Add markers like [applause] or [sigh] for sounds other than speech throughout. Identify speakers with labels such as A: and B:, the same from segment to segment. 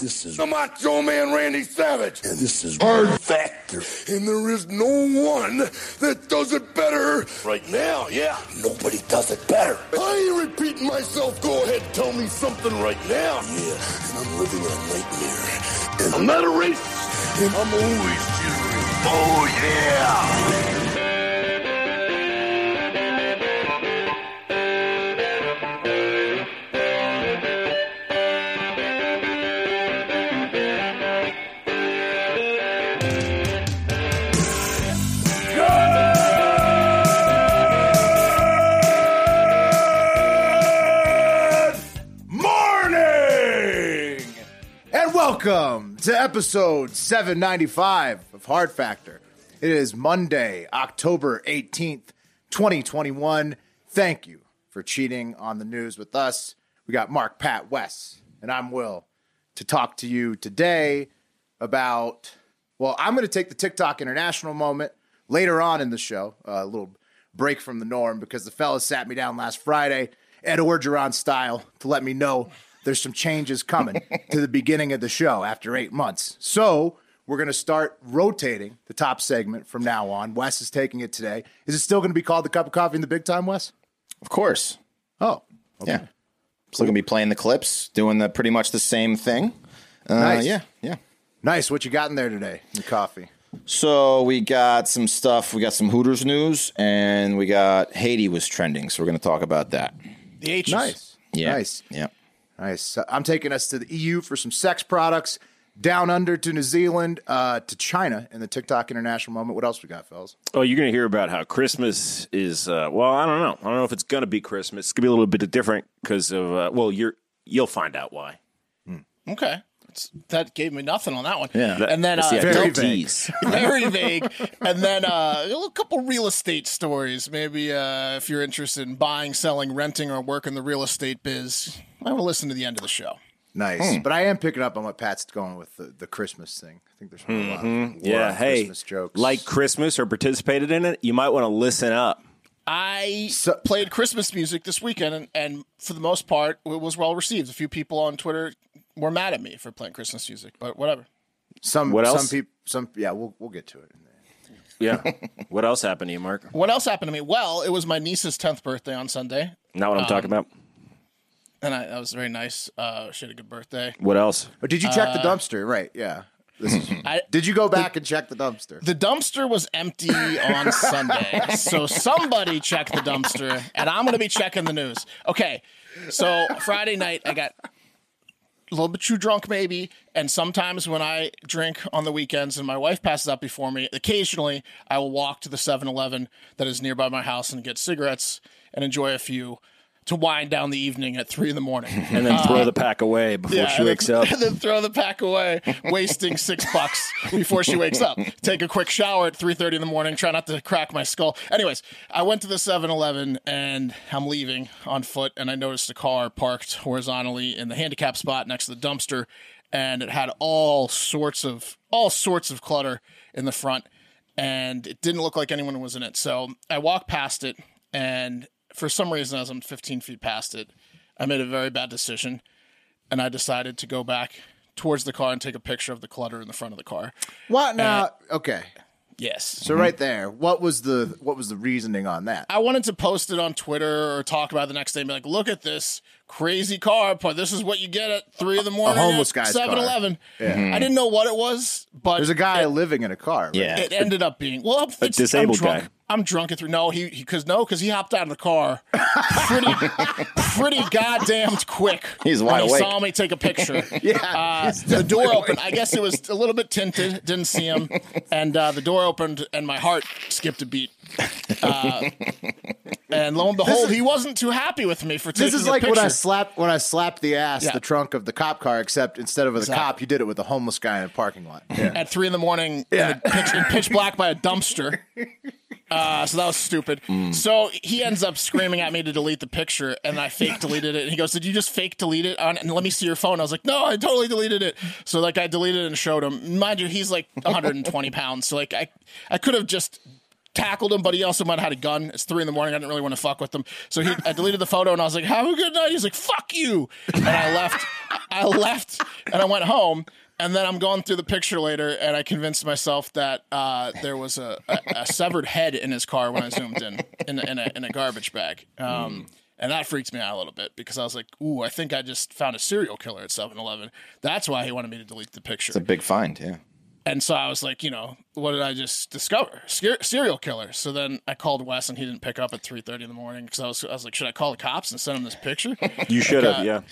A: This is
B: the Macho Man Randy Savage.
A: and this is hard factor.
B: And there is no one that does it better right now, yeah.
A: Nobody does it better.
B: I ain't repeating myself. Go ahead, tell me something right now.
A: Yeah, and I'm living in a nightmare.
B: And I'm not a racist. And I'm always cheering. Oh, yeah.
C: morning and welcome to episode 795 of hard factor it is monday october 18th 2021 thank you for cheating on the news with us we got mark pat wes and i'm will to talk to you today about well i'm going to take the tiktok international moment later on in the show a little break from the norm because the fellas sat me down last friday ed orgeron style to let me know there's some changes coming to the beginning of the show after eight months so we're going to start rotating the top segment from now on wes is taking it today is it still going to be called the cup of coffee in the big time wes
D: Of course.
C: oh
D: Yeah. Still gonna be playing the clips, doing the pretty much the same thing. Uh,
C: Nice.
D: Yeah, yeah.
C: nice what you got in there today in coffee
D: So we got some stuff. We got some Hooters news, and we got Haiti was trending. So we're gonna talk about that.
E: The H's.
C: nice
D: Yeah.
C: nice
D: Yeah.
C: Nice. So I'm taking us to the EU for some sex products, down under to New Zealand, uh, to China in the TikTok international moment. What else we got, fellas?
E: Oh, you're going to hear about how Christmas is. Uh, well, I don't know. I don't know if it's going to be Christmas. It's going to be a little bit different because of. Uh, well, you're you'll find out why.
F: Okay. It's- that gave me nothing on that one.
D: Yeah.
E: That-
F: and then uh,
E: that's the idea.
C: very
E: Don't
C: vague.
E: tease.
F: [laughs] very vague. And then uh, a couple real estate stories. Maybe uh, if you're interested in buying, selling, renting, or work in the real estate biz, I will listen to the end of the show.
C: Nice. But I am picking up on what Pat's going with the, the Christmas thing. I think there's a lot of war
E: Yeah.
C: on
E: Hey,
C: Christmas jokes.
E: like Christmas or participated in it, you might want to listen up.
F: I
C: So-
F: played Christmas music this weekend, and, and for the most part, it was well received. A few people on Twitter were mad at me for playing Christmas music, but whatever.
C: some
E: What
C: some
E: else?
C: people some yeah, we'll we'll get to it.
E: Yeah. [laughs] what else happened to you, Mark?
F: What else happened to me? Well, it was my niece's 10th birthday on Sunday,
E: Not what I'm talking about.
F: and I, that was very nice. Uh, she had a good birthday.
E: What else?
C: But Oh, did you check the dumpster? Right, yeah. This is,
F: I-
C: Uh, [laughs] did you go back and check the dumpster?
F: The dumpster was empty on Sunday. So somebody checked the dumpster, and I'm going to be checking the news. Okay. So Friday night, I got a little bit too drunk, maybe. And sometimes when I drink on the weekends and my wife passes out before me, occasionally I will walk to the 7 Eleven that is nearby my house and get cigarettes and enjoy a few to wind down the evening at 3 in the morning.
E: And then throw the pack away before she
F: and
E: wakes
F: then,
E: up.
F: [laughs] and then throw the pack away, wasting six bucks before she wakes up. Take a quick shower at 3.30 in the morning, try not to crack my skull. Anyways, I went to the 7-Eleven and I'm leaving on foot and I noticed a car parked horizontally in the handicap spot next to the dumpster and it had all sorts of all sorts of clutter in the front and it didn't look like anyone was in it. So I walked past it and for some reason as I'm 15 feet past it, I made a very bad decision and I decided to go back towards the car and take a picture of the clutter in the front of the car.
C: what now? okay.
F: Yes.
C: So right there, what was the what was the reasoning on that?
F: I wanted to post it on Twitter or talk about it the next day and be like, look at this crazy car, but this is what you get at three in the morning.
C: homeless
F: at
C: guy's car.
F: 7-Eleven. I didn't know what it was, but
C: There's a guy living in a car. Right?
D: Yeah.
F: it ended up being well I'm, it's-
E: disabled
F: I'm drunk.
E: guy.
F: I'm drunk at three. No, he because no, because he hopped out of the car pretty pretty goddamn quick.
D: He's wide
F: when
D: awake.
F: He saw me take a picture. yeah, uh, the door opened. I guess it was a little bit tinted. Didn't see him, and uh, the door opened, and my heart skipped a beat. Uh, and lo and behold, he wasn't too happy with me for taking
C: This is
F: a
C: like when
F: picture.
C: I slapped when I slapped the ass
F: Yeah.
C: the trunk of the cop car, except instead of with a
F: Exactly.
C: cop, you did it with a homeless guy in a parking lot.
F: at three in the morning in, the pitch, in pitch black by a dumpster. Uh, so that was stupid. So he ends up screaming at me to delete the picture, and I fake deleted it. And he goes, "Did you just fake delete it? On, and let me see your phone." I was like, "No, I totally deleted it." So like I deleted it and showed him. Mind you, he's like 120 pounds, so like I I could have just tackled him, but he also might have had a gun. It's three in the morning. I didn't really want to fuck with him, so he I deleted the photo and I was like, "Have a good night." He's like, "Fuck you," and I left. I left and I went home. And then I'm going through the picture later, and I convinced myself that uh, there was a, a, a severed head in his car when I zoomed in in, a- in, a, in a garbage bag. Um, And that freaked me out a little bit because I was like, ooh, I think I just found a serial killer at 7 Eleven. That's why he wanted me to delete the picture.
D: It's a big find, yeah.
F: And so I was like, you know, what did I just discover? Ser- serial killer. So then I called Wes, and he didn't pick up at three thirty in the morning because I was, I was like, should I call the cops and send him this picture? [laughs] Uh,
E: You should have, yeah.
F: I didn't-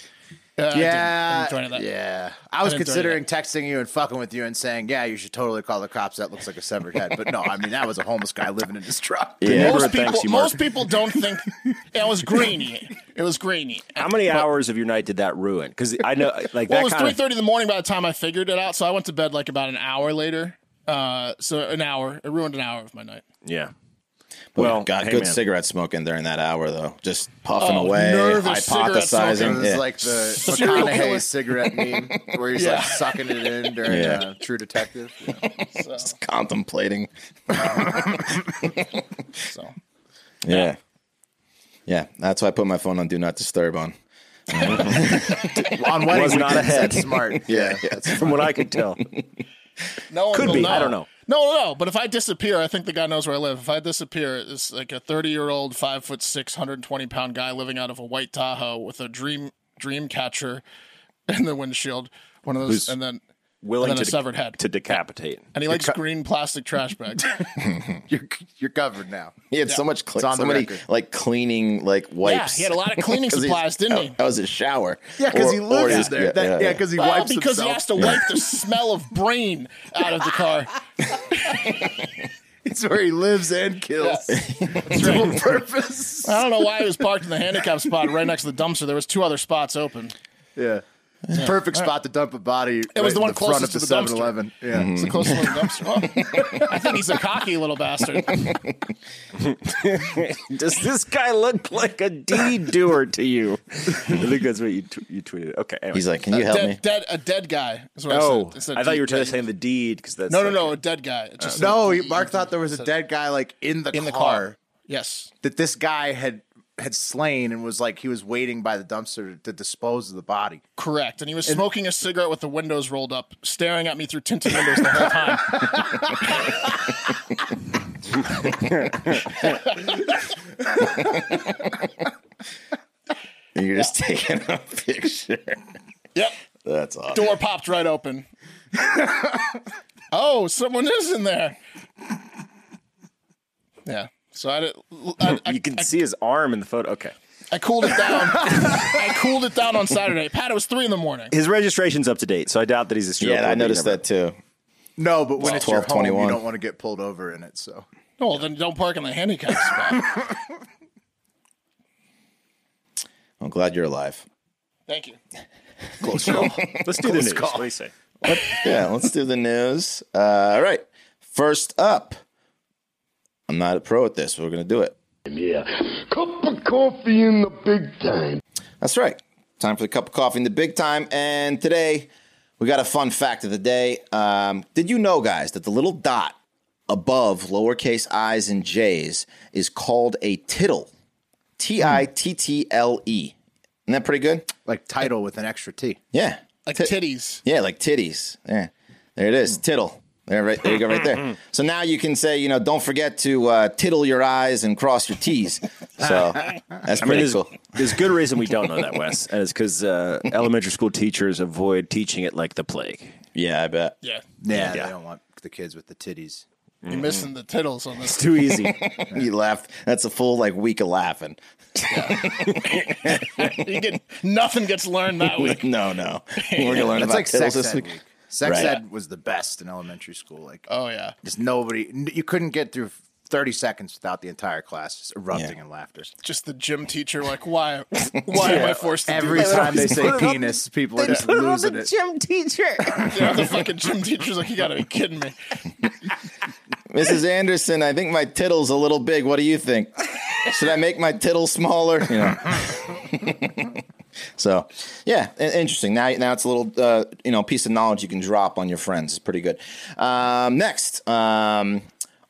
F: I
C: Yeah,
F: didn't do any of that.
C: yeah. I was
F: didn't join
C: considering texting you and fucking with you and saying, "Yeah, you should totally call the cops. That looks like a severed head." But no, I mean that was a homeless guy living in his truck.
E: The neighborhood
F: Most people,
E: thanks you, Mark.
F: most people
E: [laughs]
F: don't think it was grainy. It was grainy.
E: How many hours of your night did that ruin? Because I know, like
F: Well, it
E: that
F: was
E: kind
F: three
E: of.
F: thirty in the morning by the time I figured it out. So I went to bed like about an hour later. Uh, so an hour. It ruined an hour of
E: [laughs]
F: my night.
E: Yeah.
D: Well,
E: Well,
D: got
E: hey,
D: good
E: man.
D: cigarette smoking during that hour though, just puffing
F: Oh,
D: away,
F: nervous cigarette
C: It
D: hypothesizing.
C: was
D: Yeah.
C: like the
F: [laughs] Serial killer.
C: McConaughey
F: [laughs]
C: cigarette meme where he's
F: Yeah.
C: like sucking it in during
D: Yeah.
C: uh, True Detective.
F: [laughs]
C: Yeah.
F: So,
D: contemplating.
F: so.
D: Yeah. Yeah, that's why I put my phone on do not disturb on.
C: On wedding
E: Was not
C: weekends,
E: ahead.
C: that's smart.
D: Yeah, yeah.
E: From what I could
F: [laughs]
E: tell,
F: No one
E: Could
F: will
E: be.
F: Know.
E: I don't know.
F: No, no, no. But if I disappear, I think the guy knows where I live. If I disappear, it's like a 30 year old, five foot six, 120 pound guy living out of a white Tahoe with a dream dream catcher in the windshield. One of those,
E: Who's
F: and then
E: willing
F: And then
E: to
F: a severed head.
E: to decapitate.
F: and he likes green plastic trash bags.
C: You're you're covered now.
D: He had so much,
C: It's
D: cl-
C: on
D: so
C: the
D: many
C: record.
D: like cleaning like
F: yeah,
D: wipes.
F: he had
D: [laughs]
F: a lot of cleaning
D: 'Cause he's-
F: supplies, didn't he?
D: that- That was his shower.
C: Yeah, because
D: Or-
C: he
D: or
C: lives
D: his-
C: there. That- Yeah, because
F: Well,
C: he wipes
F: because
C: himself.
F: he has to wipe the smell of brain out of the car.
C: [laughs] It's where he lives and kills. Dual [laughs] purpose.
F: I don't know why he was parked in the handicap spot right next to the dumpster. There was two other spots open.
C: Yeah. It's a perfect spot to dump a body. It
F: was the one
C: front
F: closest
C: of
F: to the dumpster.
C: 7-Eleven. Yeah.
F: It's the closest one to the dumpster. Well, I think he's a cocky little bastard.
E: Does this guy look like a deed doer to you? I think that's what you t- you tweeted. Okay. Anyway.
D: He's like, "Can you help
F: dead,
D: me?" [laughs]
F: dead, a dead guy. Is what
E: oh,
F: I, said. said
E: I thought you were
F: dead-
E: trying to say the deed because that's
F: No, no,
E: like-
F: no, a dead guy. It just said
C: No, he,
F: deed.
C: Mark thought there was a dead guy like in the
F: in the
C: car,
F: car. Yes,
C: that this guy had had slain and was like he was waiting by the dumpster to dispose of the body.
F: correct. And he was smoking a cigarette with the windows rolled up, staring at me through tinted windows the whole
E: [laughs]
F: time.
D: And you're
F: [laughs]
D: just taking a picture.
F: yep,
D: That's awesome.
F: door popped right open. oh, someone is in there. Yeah. So I, did, I, I,
E: You can see his arm in the photo. Okay.
F: I cooled it down. I cooled it down on Saturday. Pat, it was three in the morning.
E: His registration's up to date, so I doubt that he's a serial
D: Yeah,
E: killer,
D: I
E: but you
D: noticed
E: never-
D: that too.
C: No, but when it's your home,
D: 12-21.
C: you don't want to get pulled over in it. So
F: Well, then don't park in the handicap spot.
D: I'm glad you're alive.
F: Thank you.
C: close call.
E: Let's do the news. What do you say?
D: yeah, let's do the news. Uh, all right. First up, I'm not a pro at this, but we're going to do it.
A: Yeah. Cup of coffee in the big time.
D: That's right. Time for the cup of coffee in the big time. And today, we got a fun fact of the day. Um, did you know, guys, that the little dot above lowercase i's and j's is called a tittle? T I T T L E. Isn't that pretty good?
C: like title with an extra T.
D: Yeah.
F: Like
D: Ti-
F: titties.
D: Yeah, like titties. Yeah, there it is, tittle. There, right, there you go, right there. So now you can say, you know, don't forget to uh, tittle your eyes and cross your T's. So that's
E: I mean,
D: pretty
E: there's,
D: cool.
E: there's good reason we don't know that, Wes, and it's because uh, elementary school teachers avoid teaching it like the plague.
D: Yeah, I bet.
F: Yeah.
C: Yeah, they don't want the kids with the titties.
F: You're missing the tittles on this.
E: It's too easy.
D: You laughed. That's a full like week of laughing. [laughs]
F: You get nothing gets learned that week.
D: No, no, we're gonna learn
C: That's
D: about
C: like
D: tittles
C: sex
D: this
C: ed
D: week.
C: week. Sex
D: Right.
C: ed was the best in elementary school. Like
F: Oh yeah.
C: just nobody, n- you couldn't get through thirty seconds without the entire class just erupting
D: Yeah.
C: in laughter.
F: Just the gym teacher, like, why why am I forced to
C: Every
F: do this?
C: time they say penis, people are just losing it.
F: You know, the fucking gym teacher's like, you gotta be kidding me.
D: Mrs. Anderson, I think my tittle's a little big. What do you think? Should I make my tittle smaller? You know. so, yeah, i- interesting. Now, now it's a little, uh, you know, piece of knowledge you can drop on your friends. It's pretty good. Um, next, um,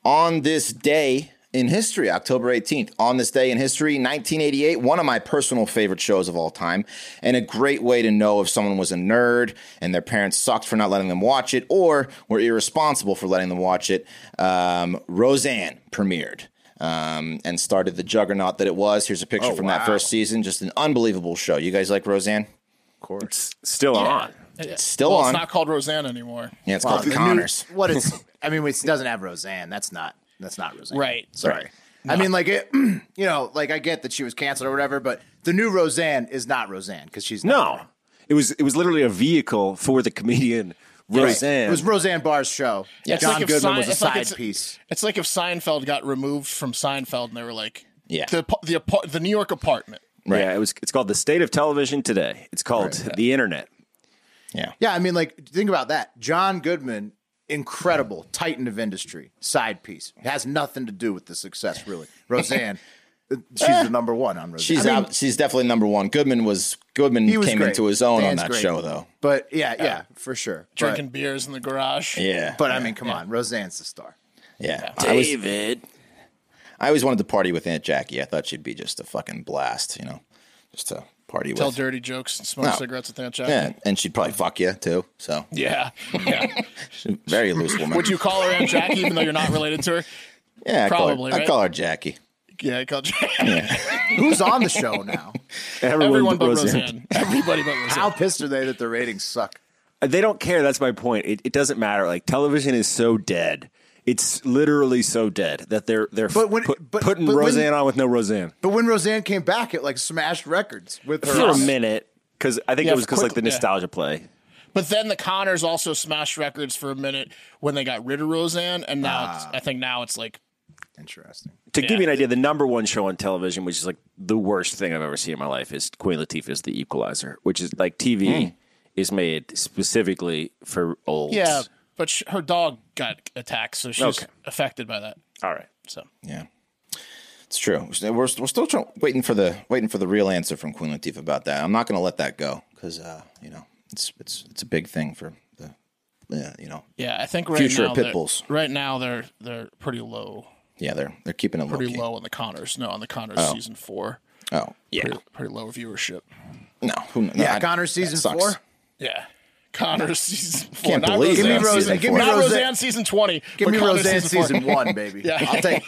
D: on this day in history, October 18th. On this day in history, 1988, one of my personal favorite shows of all time, and a great way to know if someone was a nerd and their parents sucked for not letting them watch it or were irresponsible for letting them watch it. Um, Roseanne premiered. Um, and started the juggernaut that it was. Here's a picture
F: Oh,
D: from that first season. Just an unbelievable show. You guys like Roseanne?
E: [laughs] It's still on.
F: It's
D: still
F: well,
D: on.
F: It's not called Roseanne anymore.
D: Yeah, it's called
C: The
D: the
C: new-
D: Connors.
C: what it's, I mean, it doesn't have Roseanne. That's not. That's not Roseanne.
F: Right.
C: Sorry. I mean, like it. [clears throat] You know, like I get that she was canceled or whatever, but the new Roseanne is not Roseanne because she's not.
E: No, it was it was literally a vehicle for the comedian Roseanne.
C: It was Roseanne Barr's show.
F: Yeah, it's
C: John
F: like if
C: Goodman
F: Sein-
C: was a
F: it's like
C: side
F: it's-
C: piece.
F: It's like if Seinfeld got removed from Seinfeld, and they were like,
D: Yeah.
F: the ap- the apart- the New York apartment.
E: Yeah, it was. It's called the state of television today. It's called the internet.
D: Yeah.
C: Yeah, I mean, like think about that. John Goodman, incredible titan of industry, side piece. It has nothing to do with the success,
D: [laughs]
C: really. Roseanne, uh, she's the number one on Roseanne.
D: She's out, she's definitely number one. Goodman was Goodman
C: He was
D: came
C: great.
D: into his own
C: Dan's
D: on that
C: great.
D: show though.
C: But yeah, yeah, for sure. But-
F: Drinking beers in the garage.
D: Yeah,
C: But, I mean, come on, Roseanne's the star.
D: yeah. I always, I always wanted to party with Aunt Jackie. I thought she'd be just a fucking blast, you know, just to party
F: Tell
D: with.
F: dirty jokes and smoke
D: No.
F: cigarettes with that jacket.
D: yeah, and she'd probably fuck you too. So
F: Yeah. yeah.
D: she's a very loose woman.
F: [laughs] Would you call her Aunt Jackie even though you're not related to her?
D: yeah, I call her-
F: probably,
D: I
F: right?
D: call her Jackie.
F: Yeah, I called Jackie.
C: Who's on the show now?
E: Everyone,
F: [laughs] Everyone but
E: Roseanne.
F: Roseanne. Everybody but Roseanne.
C: How pissed are they that the ratings suck?
E: Uh, They don't care. That's my point. It, it doesn't matter. Like television is so dead. It's literally so dead that they're they're
C: But when-
E: put-
C: but-
E: putting
C: but when-
E: Roseanne on with no Roseanne
C: But when Roseanne came back, it like smashed records with her.
E: for a
C: on it.
E: minute because I think
F: Yeah,
E: it was because like the
F: quickly, yeah.
E: nostalgia play.
F: But then the Connors also smashed records for a minute when they got rid of Roseanne, and now it's, I think now it's like
C: Interesting.
E: To give you an idea, the number one show on television, which is like the worst thing I've ever seen in my life, is Queen Latifah's The Equalizer, which is like TV
C: Hmm.
E: is made specifically for old.
F: yeah. But sh- her dog got attacked, so she's
E: Okay.
F: affected by that.
E: All right.
F: So
D: Yeah, it's true. We're, we're still trying, waiting for the waiting for the real answer from Queen Latifah about that. I'm not going to let that go because uh, you know it's it's it's a big thing for the yeah, you know
F: yeah, I think right
D: Future
F: now
D: pit
F: they're-
D: bulls.
F: Right now they're they're pretty low,
D: yeah they're they're keeping it
F: pretty
D: low-key.
F: low on the Connors. No, on the Connors season four,
D: Oh yeah,
F: pretty, pretty low viewership.
D: no, who, no
C: Yeah,
D: I-
C: Connor season
D: that sucks.
C: four.
F: Yeah, Connors [laughs] season four.
D: Can't
F: not
D: believe
F: Roseanne.
D: that.
C: Give me Roseanne-
D: Season
C: give
D: four.
C: me
F: Not
C: Roseanne-
F: Roseanne season twenty.
C: Give
F: but
C: me
F: Connors
C: Roseanne
F: four.
C: season one, baby.
F: Yeah.
C: I'll take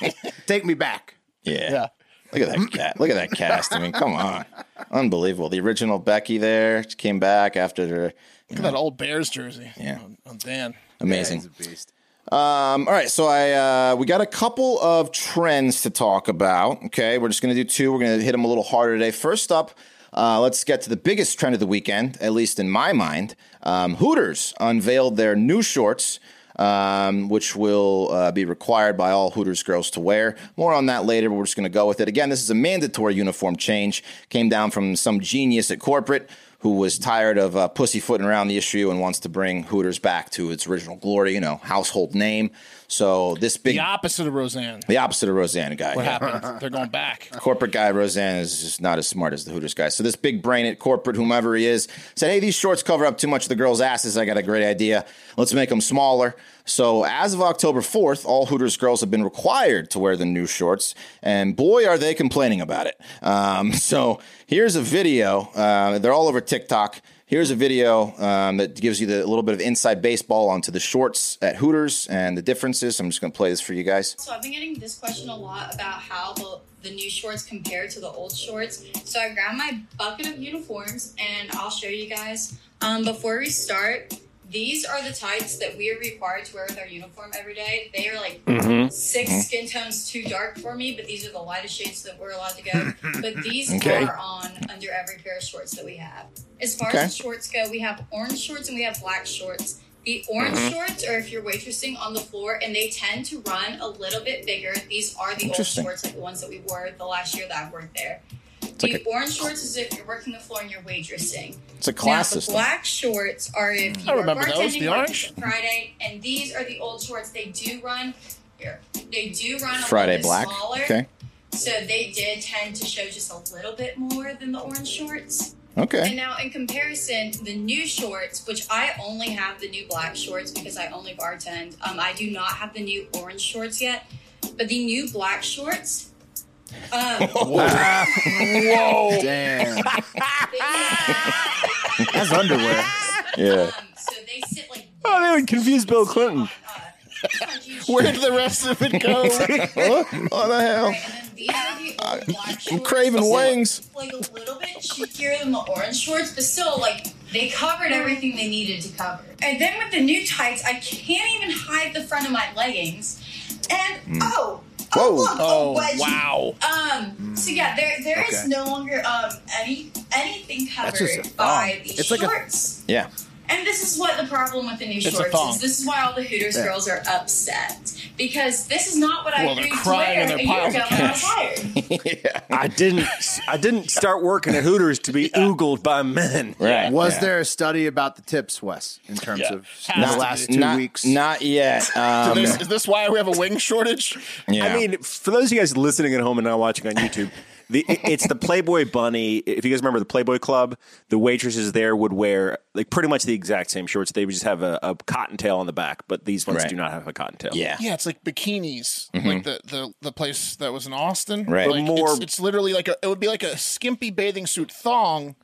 C: take me back.
D: Yeah.
F: Yeah.
D: Look at that cat. Look at that cast. I mean, come on. Unbelievable. The original Becky there she came back after her.
F: Look at that old Bears jersey.
D: Yeah.
F: on, on Dan.
D: Amazing.
C: He's a beast.
D: Um, all right. So I uh, we got a couple of trends to talk about. Okay. We're just going to do two. We're going to hit them a little harder today. First up, uh, let's get to the biggest trend of the weekend, at least in my mind. Um, Hooters unveiled their new shorts. Um, which will uh, be required by all Hooters girls to wear. More on that later, but we're just going to go with it. Again, this is a mandatory uniform change. Came down from some genius at corporate who was tired of uh, pussyfooting around the issue and wants to bring Hooters back to its original glory, you know, household name. So this big,
F: The opposite of Roseanne.
D: the opposite of Roseanne guy.
F: What
D: yeah.
F: happened? They're going back.
D: Corporate guy Roseanne is just not as smart as the Hooters guy. So this big brain at corporate, whomever he is, said, "Hey, these shorts cover up too much of the girls' asses. I got a great idea. Let's make them smaller." So as of October fourth, all Hooters girls have been required to wear the new shorts, and boy, are they complaining about it. Um, [laughs] so here's a video. Uh, they're all over TikTok. Here's a video um, that gives you the, a little bit of inside baseball onto the shorts at Hooters and the differences. I'm just going to play this for you guys.
G: So I've been getting this question a lot about how the, the new shorts compare to the old shorts. So I grabbed my bucket of uniforms and I'll show you guys. Um, before we start, these are the tights that we are required to wear with our uniform every day. They are like 6 skin tones too dark for me, but these are the lightest shades that we're allowed to go. But these
D: Okay.
G: are on under every pair of shorts that we have. As far
D: Okay.
G: as the shorts go, we have orange shorts and we have black shorts. The orange
D: Mm-hmm.
G: shorts are if you're waitressing on the floor and they tend to run a little bit bigger. These are the old
D: Interesting.
G: shorts, like the ones that we wore the last year that I worked there. the
D: like a-
G: orange shorts is if you're working the floor and you're waitressing.
D: It's a
G: Now,
D: class
G: the
D: system.
G: black shorts are if you
F: Mm. I
G: are
F: remember those,
G: bartending
F: the
G: on
F: orange.
G: Friday, and these are the old shorts. They do run here. They do run a
D: Friday
G: little bit
D: Black.
G: smaller.
D: Okay.
G: So they did tend to show just a little bit more than the orange shorts.
D: Okay.
G: And now, in comparison, the new shorts, which I only have the new black shorts because I only bartend, um, I do not have the new orange shorts yet. but the new black shorts, um,
C: Damn.
G: [laughs] they, um,
C: That's underwear.
D: Yeah.
G: so they sit like
E: Oh, they would confuse Bill Clinton.
F: Where did the rest of it
G: [laughs]
F: go?
D: What the hell?
G: I'm
D: I'm craving wings.
G: Like a little bit cheekier than the orange shorts, but still, like they covered everything they needed to cover. And then with the new tights, I can't even hide the front of my leggings. And oh,
D: Whoa.
G: oh, look,
F: Oh,
G: a wedgie.
F: wow.
G: Um, so yeah, there there is
C: Okay.
G: no longer um any anything covered
C: That's just a thong.
G: by these
C: It's like a-
G: shorts.
D: Yeah.
G: And this is what the problem with the new
F: a
G: shorts
F: thong.
G: is. This is why all the Hooters
C: Yeah.
G: girls are upset because this is not what I
F: Well, they're
G: agreed to
F: crying
G: wear
F: in their
G: a year
F: piles of
G: ago when I was hired.
E: I didn't. I didn't start working at Hooters to be oogled by men.
D: Right.
C: Was
D: yeah.
C: there a study about the tips, Wes, in terms
F: Yeah.
C: of
F: Has
C: in the
F: to
C: last
F: be.
C: two
D: not,
C: weeks? [laughs]
D: Not yet. Um,
F: This- is this why we have a wing shortage?
D: yeah.
E: I mean, for those of you guys listening at home and not watching on YouTube, the it- it's the Playboy Bunny. If you guys remember the Playboy Club, the waitresses there would wear like pretty much the exact same shorts. They would just have a, a cottontail on the back, but these ones
D: Right.
E: do not have a cottontail.
D: yeah.
F: Yeah, it's like bikinis, like the, the the place that was in Austin.
D: Mm-hmm. Right.
F: Like,
E: But more-
F: it's, it's literally like a, it would be like a skimpy bathing suit thong,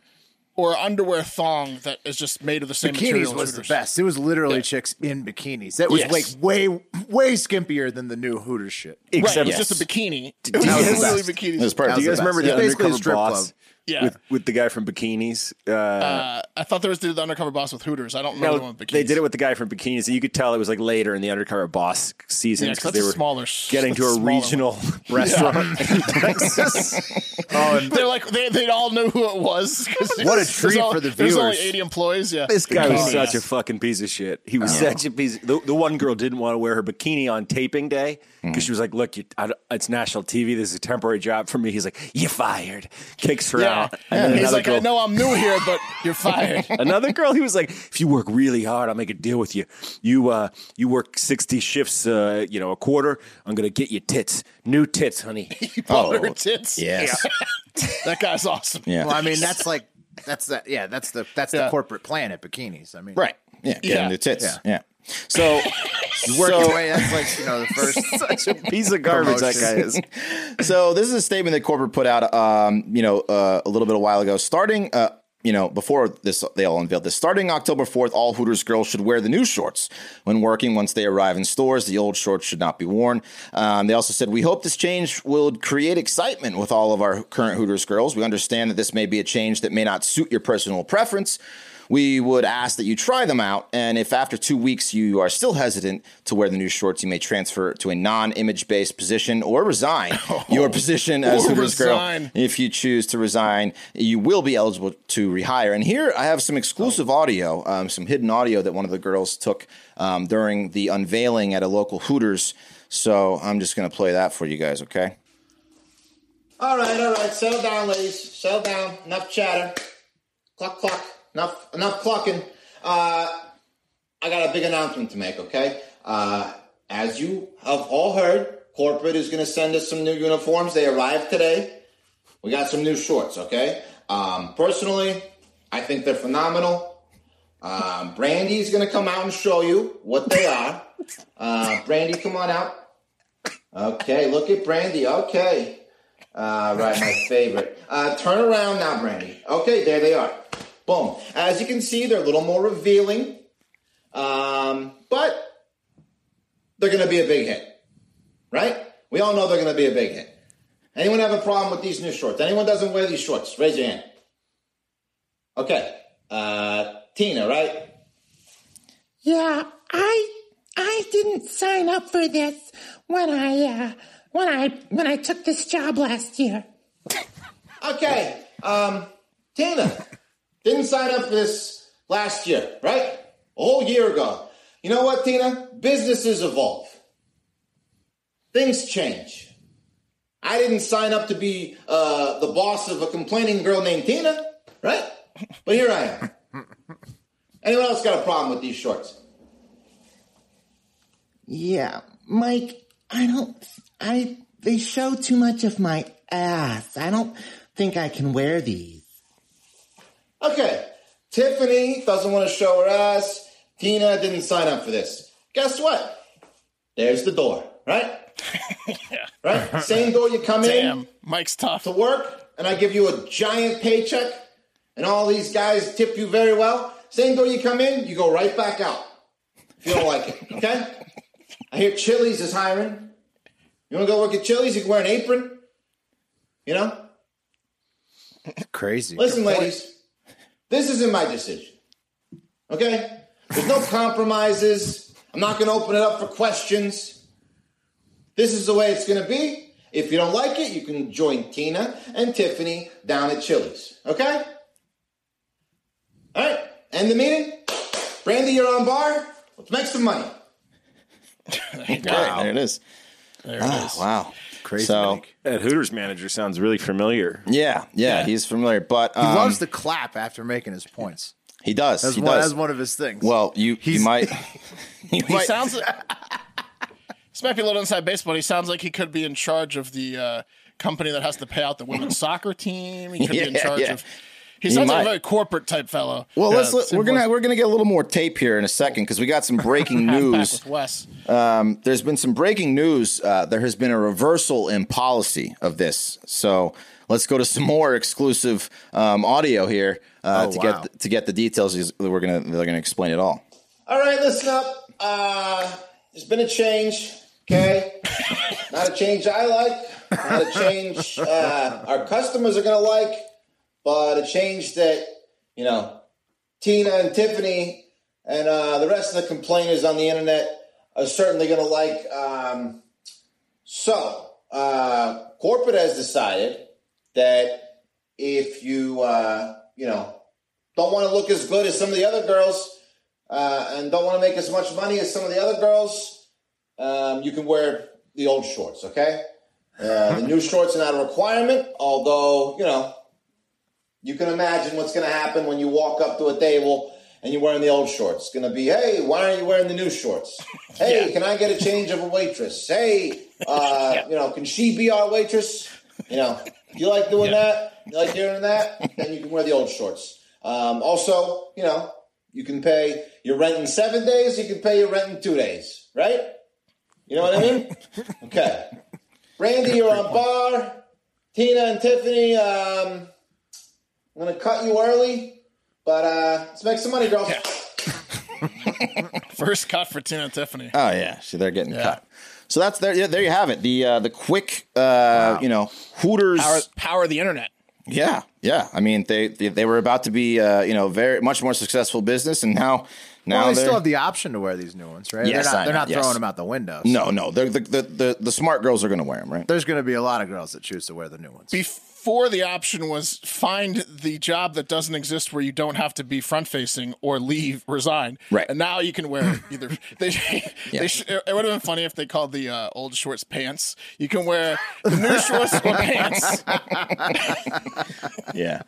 F: or underwear thong that is just made of the same material.
C: bikinis
F: as
C: was the
F: Hooters.
C: best. It was literally chicks in bikinis. That was
F: Yes.
C: like way way skimpier than the new Hooters shit.
F: Right,
E: Except
F: it was just a bikini. It was
E: That was the
F: literally
C: best.
D: It
F: bikinis.
D: was
E: Do
D: perfect.
E: you guys
C: the
E: remember
C: best.
E: the
C: It's basically a
E: undercover
C: strip
E: boss
C: club.
F: Yeah.
E: with, with the guy from Bikinis? Uh,
F: Uh, I thought there was the undercover boss with Hooters. I don't remember the
E: no,
F: one with bikinis.
E: they did it with the guy from Bikinis. You could tell it was like later in the undercover boss season
F: Yeah, 'cause
E: because
F: that's
E: they
F: a
E: were
F: smaller s-
E: getting to
F: that's
E: a
F: a smaller one.
E: regional
F: [laughs]
E: restaurant in Texas. oh, and
F: They're like they they all knew who it was. [laughs] 'cause
C: What a
F: there's
C: treat
F: all-
C: for the
F: There's only
C: viewers.
F: eighty employees. Yeah,
E: This guy was
F: Bikinis.
E: such a fucking piece of shit. He was such a piece. The, the one girl didn't want to wear her bikini on taping day because she was like, "Look, you, I, don't- it's national TV. This is a temporary job for me." He's like, "You fired." Kicks her
F: Yeah,
E: out.
F: and he's
E: another
F: like,
E: girl,
F: I know I'm new here, but
E: [laughs]
F: you're fired.
E: another girl. He was like, "If you work really hard, I'll make a deal with you. You uh, you work sixty shifts, uh, you know, a quarter. I'm gonna get you tits, new tits, honey."
D: [laughs]
F: Bought her
D: Oh,
F: tits.
D: Yes.
F: that guy's awesome.
D: Yeah.
C: Well, I mean, that's like that's that. Yeah, that's the that's the
F: Yeah.
C: corporate plan at bikinis. I mean,
F: Right.
D: Yeah. Get
F: Yeah.
D: them their tits.
C: Yeah.
D: Yeah. So,
C: You work
D: so,
C: your way. That's like you
D: [laughs]
C: know the first.
E: Such a piece of garbage that guy is.
D: so this is a statement that corporate put out, um, you know, uh, a little bit a while ago. Starting, uh, you know, before this, they all unveiled this. Starting October fourth, all Hooters girls should wear the new shorts when working. Once they arrive in stores, the old shorts should not be worn. Um, they also said, "We hope this change will create excitement with all of our current Hooters girls. We understand that this may be a change that may not suit your personal preference." We would ask that you try them out, and if after two weeks you are still hesitant to wear the new shorts, you may transfer to a non-image based position or
F: [laughs]
D: resign your position as
F: Oh. Or
D: Hooters girl.
F: resign.
D: If you choose to resign, you will be eligible to rehire. And here I have some
F: Oh.
D: exclusive audio, um, some hidden audio that one of the girls took um, during the unveiling at a local Hooters. So I'm just going to play that for you guys, okay?
H: All right, all right. Settle down, ladies. Settle down. Enough chatter. Cluck, cluck. Enough, enough clucking. Uh, I got a big announcement to make, okay? Uh, as you have all heard, corporate is going to send us some new uniforms. They arrived today. We got some new shorts, okay? Um, personally, I think they're phenomenal. Um, Brandy's going to come out and show you what they are. Uh, Brandy, come on out. Okay, look at Brandy. Okay. Uh, right, my favorite. Uh, turn around now, Brandy. Okay, there they are. Boom. As you can see, they're a little more revealing, um, but they're going to be a big hit, right? We all know they're going to be a big hit. Anyone have a problem with these new shorts? Anyone doesn't wear these shorts? Raise your hand. Okay, uh, Tina, right?
I: Yeah, I I didn't sign up for this when I uh, when I when I took this job last year.
H: Okay, um, Tina didn't sign up for this last year, right? A whole year ago. You know what, Tina? Businesses evolve. Things change. I didn't sign up to be uh, the boss of a complaining girl named Tina, right? But here I am. Anyone else got a problem with these shorts?
I: Yeah, Mike, I don't I they show too much of my ass. I don't think I can wear these.
H: Okay. Tiffany doesn't want to show her ass. Tina didn't sign up for this. Guess what? There's the door. right? Right? Same door you come in
F: Damn, [laughs] Mike's tough.
H: to work, and I give you a giant paycheck, and all these guys tip you very well. Same door you come in, you go right back out. If you don't like it, okay? I hear Chili's is hiring. You want to go work at Chili's? You can wear an apron. You know?
C: Crazy.
H: Listen, ladies, this isn't my decision. Okay? There's no compromises. I'm not going to open it up for questions. This is the way it's going to be. If you don't like it, you can join Tina and Tiffany down at Chili's. Okay? All right. End the meeting. Brandy, you're on bar. Let's make some money.
D: Wow. There it is.
F: There it
D: Ah,
F: is.
D: wow.
C: Crazy.
D: So
C: Mike.
E: That Hooters manager sounds really familiar.
D: yeah, yeah, he's familiar, but um,
C: he loves to clap after making his points.
D: he does.
C: That's
D: he
C: one.
D: does.
C: That's one of his things.
D: well, you
C: He's- [laughs]
D: you might. you
F: He
D: might- [laughs]
F: sounds. this might be a little inside baseball. But he sounds like he could be in charge of the uh, company that has to pay out the
D: [laughs]
F: women's soccer team. He could be in
D: Yeah,
F: charge
D: yeah.
F: of. He sounds like
D: might.
F: a very corporate type fellow. Uh,
D: Well, let's let,
F: Yeah,
D: we're
F: same
D: gonna
F: voice-
D: we're gonna get a little more tape here in a second because we got
C: [laughs]
D: some breaking
F: I'm back
D: news.
F: with Wes.
D: There's been some breaking news. Uh, there has been a reversal in policy of this. So let's go to some more exclusive um, audio here uh,
C: Oh,
D: to
C: wow.
D: get to get the details. is- We're gonna they're gonna explain it all.
H: All right, listen up. Uh, there's been a change, okay? not a change I like, not a change uh, our customers are going to like, but a change that, you know, Tina and Tiffany and uh, the rest of the complainers on the internet are certainly going to like. Um, so, uh, corporate has decided that if you, uh, you know, don't want to look as good as some of the other girls, uh, and don't want to make as much money as some of the other girls, um, you can wear the old shorts, okay? Uh, the new shorts are not a requirement, although, you know, you can imagine what's going to happen when you walk up to a table and you're wearing the old shorts. It's going to be, hey, why aren't you wearing the new shorts? Hey, can I get a change of a waitress? Hey, uh, you know, can she be our waitress? You know, you like doing that? You like hearing that? Then you can wear the old shorts. Um, also, you know, you can pay your rent in seven days. You can pay your rent in two days, right? You know what I
C: [laughs]
H: mean? Okay. Randy, you're on bar. Tina and Tiffany, um, I'm gonna cut you early, but uh, let's make some money, girl.
F: First [laughs] cut for Tina and Tiffany.
D: Oh yeah, so they're getting cut. So that's there. Yeah, there you have it. The uh, the quick, uh, you know, Hooters.
F: Power, power of the internet.
D: Yeah, yeah. I mean, they they, they were about to be, uh, you know, very much more successful business, and now now
C: Well, they
D: they're-
C: still have the option to wear these new ones, right?
D: Yes,
C: they're not,
D: I
C: they're
D: know,
C: not
D: yes.
C: throwing them out the window. so
D: no no. They're, the, the the the smart girls are going to wear them, right?
C: [laughs] There's going to be a lot of girls that choose to wear the new ones.
F: Before the option was find the job that doesn't exist where you don't have to be front facing or leave, resign.
D: Right.
F: And now you
D: [laughs]
F: can wear either. They, they sh- it would have been funny if they called the uh, old shorts pants. You can wear
D: [laughs]
F: the new shorts or pants.
D: yeah.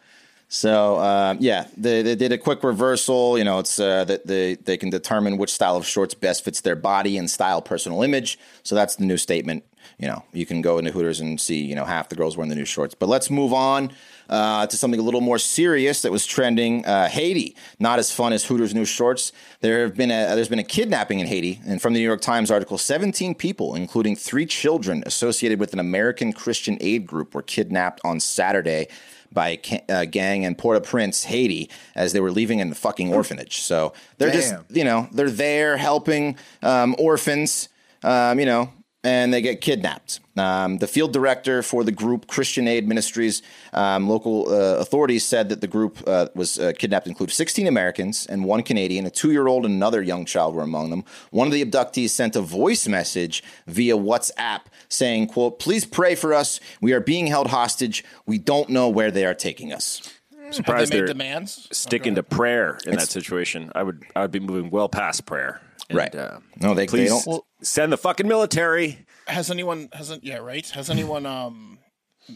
D: So um, yeah, they, they did a quick reversal. You know, it's uh, that they they can determine which style of shorts best fits their body and style, personal image. So that's the new statement. You know, you can go into Hooters and see you know half the girls wearing the new shorts. But let's move on uh, to something a little more serious that was trending. Uh, Haiti, not as fun as Hooters new shorts. There have been a uh, there's been a kidnapping in Haiti, and from the New York Times article, 17 people, including three children associated with an American Christian aid group, were kidnapped on Saturday by a ca- uh, gang in Port-au-Prince, Haiti, as they were leaving in the fucking orphanage. So they're just,
C: Damn.
D: you know, they're there helping um, orphans, um, you know, and they get kidnapped. Um, the field director for the group Christian Aid Ministries, um, local uh, authorities said that the group uh, was uh, kidnapped included 16 Americans and one Canadian, a two-year-old and another young child were among them. One of the abductees sent a voice message via WhatsApp saying, "quote Please pray for us. We are being held hostage. We don't know where they are taking us."
F: They
E: Surprised
F: made
E: they're
F: demands.
E: sticking to prayer in that situation. I would I would be moving well past prayer. And,
D: Right.
E: Uh,
D: No, they- they
E: please
D: don't-
E: send the fucking military.
F: Has anyone hasn't yeah right? Has anyone um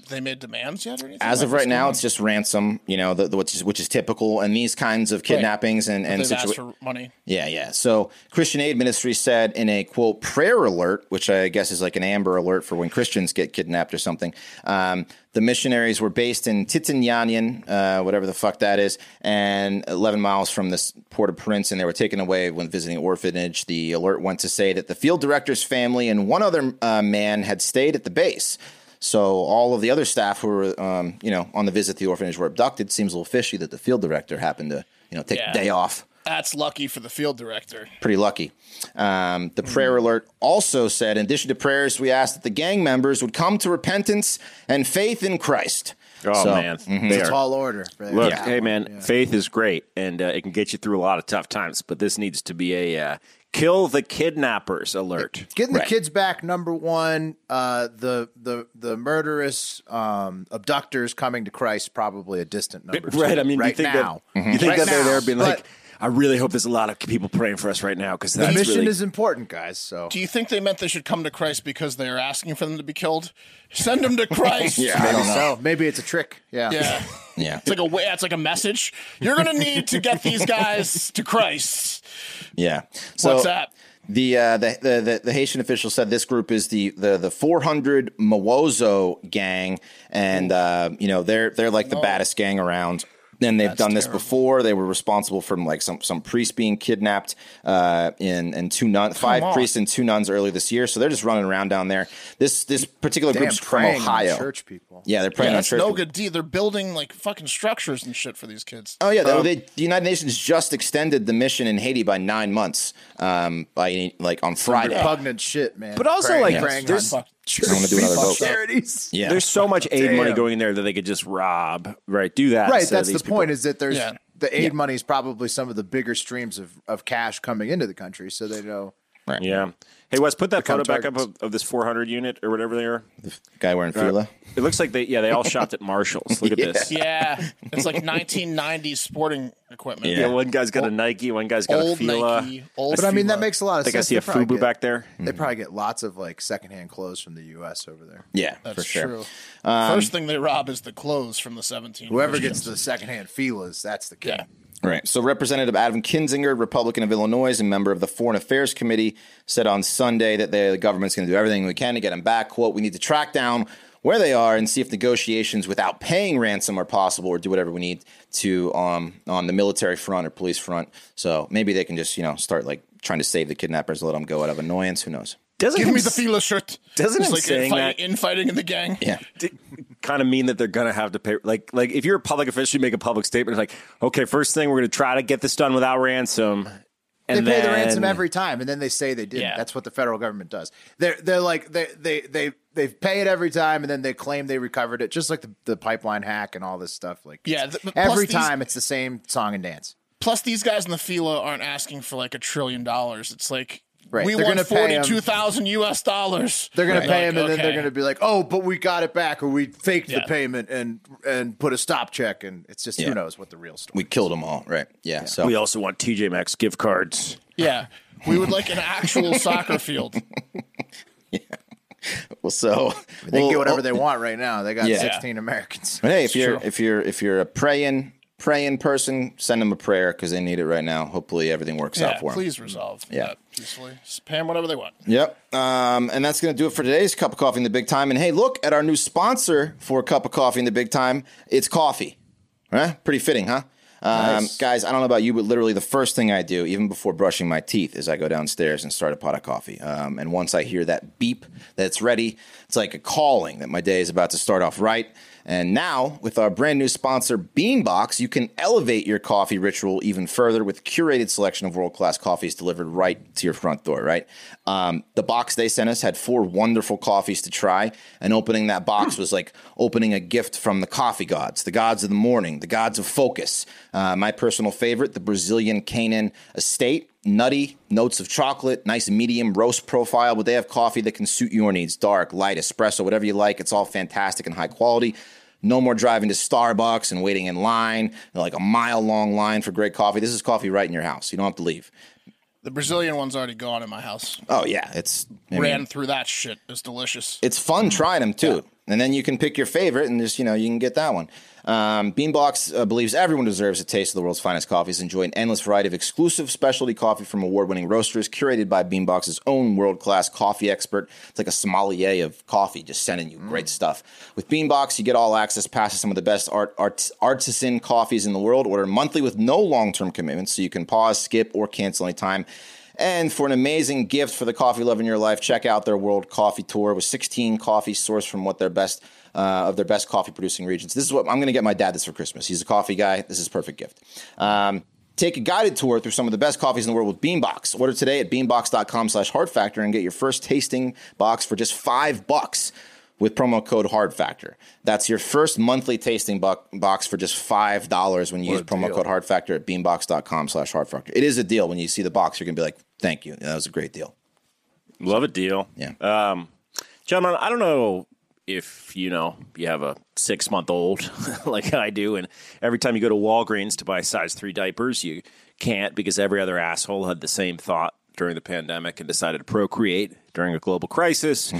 F: they made demands yet or anything?
D: As
F: Like,
D: of
F: what's
D: right now,
F: going
D: it's just ransom, you know, the, the, which, is, which is typical, and these kinds of kidnappings and,
F: on?
D: and
F: they've asked
D: situations.
F: for money.
D: Yeah, yeah. So Christian Aid Ministry said in a quote prayer alert, which I guess is like an amber alert for when Christians get kidnapped or something. Um, the missionaries were based in Titinyanyan, uh, whatever the fuck that is, and 11 miles from this port of Prince, and they were taken away when visiting orphanage. The alert went to say that the field director's family and one other uh, man had stayed at the base. So all of the other staff who were, um, you know, on the visit to the orphanage were abducted. Seems a little fishy that the field director happened to, you know, take
F: Yeah.
D: the day off
F: That's lucky for the field director.
D: pretty lucky. Um, the prayer
E: Mm-hmm.
D: alert also said, in addition to prayers, we asked that the gang members would come to repentance and faith in Christ.
E: Oh
D: So, mhm. mm-hmm.
E: man,
C: It's
E: they
C: a
E: are.
C: tall order. but-
E: Look, hey man, faith is great, and uh, it can get you through a lot of tough times. But this needs to be a uh, kill the kidnappers alert.
C: Getting the
D: Right.
C: kids back, number one. Uh, the the the murderous um, abductors coming to Christ, probably a distant number. two,
E: Right? I mean,
C: right
E: you think
C: now, Mm-hmm.
E: that you think
C: Right
E: that they're
C: now.
E: there being
C: But
E: like, I really hope there's a lot of people praying for us right now because
C: the
E: that's
C: mission
E: really
C: is important, guys. So
F: Do you think they meant they should come to Christ because they are asking for them to be killed? Send them
D: [laughs]
F: to Christ. yeah.
D: I don't know.
C: so maybe it's a trick. Yeah.
F: Yeah.
D: Yeah,
F: [laughs] It's like a way. It's like a message. You're gonna need to get these guys to Christ.
D: yeah. So
F: What's that?
D: The, uh, the, the the the Haitian official said this group is the the the 400 Mawozo gang, and uh, you know they're they're like the baddest gang around. And they've done this before. They were responsible for like some some priest being kidnapped, uh, and and two nun, five
F: on.
D: priests and two nuns earlier this year. So they're just running around down there. This this particular
C: Damn,
D: group's from
C: preying on
D: Ohio.
C: church people.
D: Yeah, they're praying on
F: That's
D: church.
F: no good deed. They're building like fucking structures and shit for these kids.
D: Oh yeah, they, the United Nations just extended the mission in Haiti by nine months. Um, by like on Friday.
C: Repugnant shit, man.
E: But also,
C: Preying-
E: like,
C: preying
E: there's-
C: on
D: I want to do another
C: fuck
D: vote.
C: charities.
D: Yeah,
E: There's so much aid money
C: Damn.
E: going in there that they could just rob, right? Do that.
C: Right,
E: So
C: that's the
E: these people-
C: point. Is that there's
F: Yeah.
C: the aid money is probably some of the bigger streams of, of cash coming into the country, so they know.
E: Yeah. Hey, Wes, put that
C: Become
E: photo back up
C: targets.
E: of, of this 400 unit or whatever they are.
D: guy wearing fila.
E: It looks like they, yeah, they all shopped at Marshalls. Look at this.
F: [laughs] Yeah, it's like 1990s sporting equipment.
E: Yeah, one guy's got a Nike, one guy's got a
F: Old
E: Fila.
F: Nike. Old
C: But I mean, that
F: Fila.
C: makes a lot
E: I
C: of
E: think I
C: sense.
E: see a
C: They probably
E: FUBU
C: get-
E: back there.
C: They
D: Mm.
C: probably get lots of like secondhand clothes from the U.S. over there.
D: Yeah,
F: That's
D: for sure.
F: true. First thing they rob is the clothes from the 17.
C: Um, Whoever gets the secondhand feelers, that's the king.
F: Yeah.
D: Right. So, Representative Adam Kinzinger, Republican of Illinois and member of the Foreign Affairs Committee, said on Sunday that the government's going to do everything we can to get them back. "Quote: We need to track down where they are and see if negotiations without paying ransom are possible, or do whatever we need to um, on the military front or police front. So maybe they can just you know start like trying to save the kidnappers, let them go out of annoyance. Who knows?
E: Doesn't
F: Give
E: him
F: me
C: [laughs]
F: the
E: s-
F: Fila shirt.
E: Doesn't
F: It's
E: him
F: like
E: saying
F: infighting,
E: that-
F: infighting in the gang.
D: Yeah.
E: kind of mean that they're going to have to pay. Like, like if you're a public official, you make a public statement like, okay, first thing we're going to try to get this done without ransom.
C: They
E: And
C: pay the
E: then-
C: ransom every time, and then they say they didn't.
F: Yeah.
C: That's what the federal government does. They're they're like they they they they pay it every time, and then they claim they recovered it, just like the, the pipeline hack and all this stuff. Like
F: Yeah, th- but plus
C: every
F: these-
C: time it's the same song and dance.
F: Plus, these guys in the Fila aren't asking for like a trillion dollars. It's like
C: Right.
F: we
C: They're
F: want
C: gonna pay 'em.
F: 42,000 US dollars.
C: They're gonna
F: Right.
C: pay him,
F: Like,
C: and then they're
F: okay.
C: gonna be like, "Oh, but we got it back, or we faked
F: Yeah.
C: the payment and and put a stop check." And it's just
D: Yeah.
C: who knows what the real story.
D: We killed them all. Right. Yeah. So
E: We also want TJ Maxx gift cards.
F: Yeah. [laughs] We would like an actual soccer field.
D: well, so
C: They
D: well,
C: can get whatever
D: oh,
C: they want right now. They got
D: Yeah.
C: 16 Americans.
D: But hey, if you're if you're if you're a praying praying person, send them a prayer because they need it right now. Hopefully, everything works
F: Yeah,
D: out for them.
F: please resolve that peacefully. Just pay them whatever they want.
D: Yep. Um, and that's going to do it for today's Cup of Coffee in the Big Time. And hey, look at our new sponsor for Cup of Coffee in the Big Time. It's coffee. Huh? Pretty fitting, huh? Um, Guys, I don't know about you, but literally the first thing I do, even before brushing my teeth, is I go downstairs and start a pot of coffee. Um, and once I hear that beep that's ready, it's like a calling that my day is about to start off right. And now, with our brand new sponsor, Beanbox, you can elevate your coffee ritual even further with curated selection of world class coffees delivered right to your front door. Right, um, the box they sent us had four wonderful coffees to try, and opening that box was like opening a gift from the coffee gods, the gods of the morning, the gods of focus. Uh, my personal favorite, the Brazilian Canaan Estate nutty, notes of chocolate, nice medium roast profile, but they have coffee that can suit your needs dark, light, espresso, whatever you like. It's all fantastic and high quality. No more driving to Starbucks and waiting in line, like a mile long line for great coffee. This is coffee right in your house. You don't have to leave.
F: The Brazilian one's already gone in my house.
D: Oh, yeah. It's I mean,
F: Ran through that shit. It's delicious.
D: it's fun trying them too. And then you can pick your favorite and just, you know, you can get that one. Um, Beanbox uh, believes everyone deserves a taste of the world's finest coffees. Enjoy an endless variety of exclusive specialty coffee from award winning roasters curated by Beanbox's own world class coffee expert. It's like a sommelier of coffee, just sending you great stuff. With Beanbox, you get all access pass to some of the best art, art, artisan coffees in the world. Order monthly with no long term commitments, so you can pause, skip, or cancel anytime. And for an amazing gift for the coffee love in your life, check out their World Coffee Tour with 16 coffees sourced from what their best uh, of their best coffee producing regions. This is what I'm going to get my dad this for Christmas. He's a coffee guy. This is a perfect gift. Um, take a guided tour through some of the best coffees in the world with Beanbox. Order today at beanbox.com slash heart factor and get your first tasting box for just five bucks with promo code hard factor. That's your first monthly tasting bo- box for just $5 when you use promo code hard factor at beanbox.com slash hard factor. It is a deal. When you see the box, you're going to be like, thank you. That was a great deal.
E: Love a deal.
D: Yeah.
C: Uh,
E: Um, gentlemen, I don't know if you know you have a six month old [laughs] like I do, and every time you go to Walgreens to buy size three diapers, you can't because every other asshole had the same thought during the pandemic and decided to procreate during a global crisis.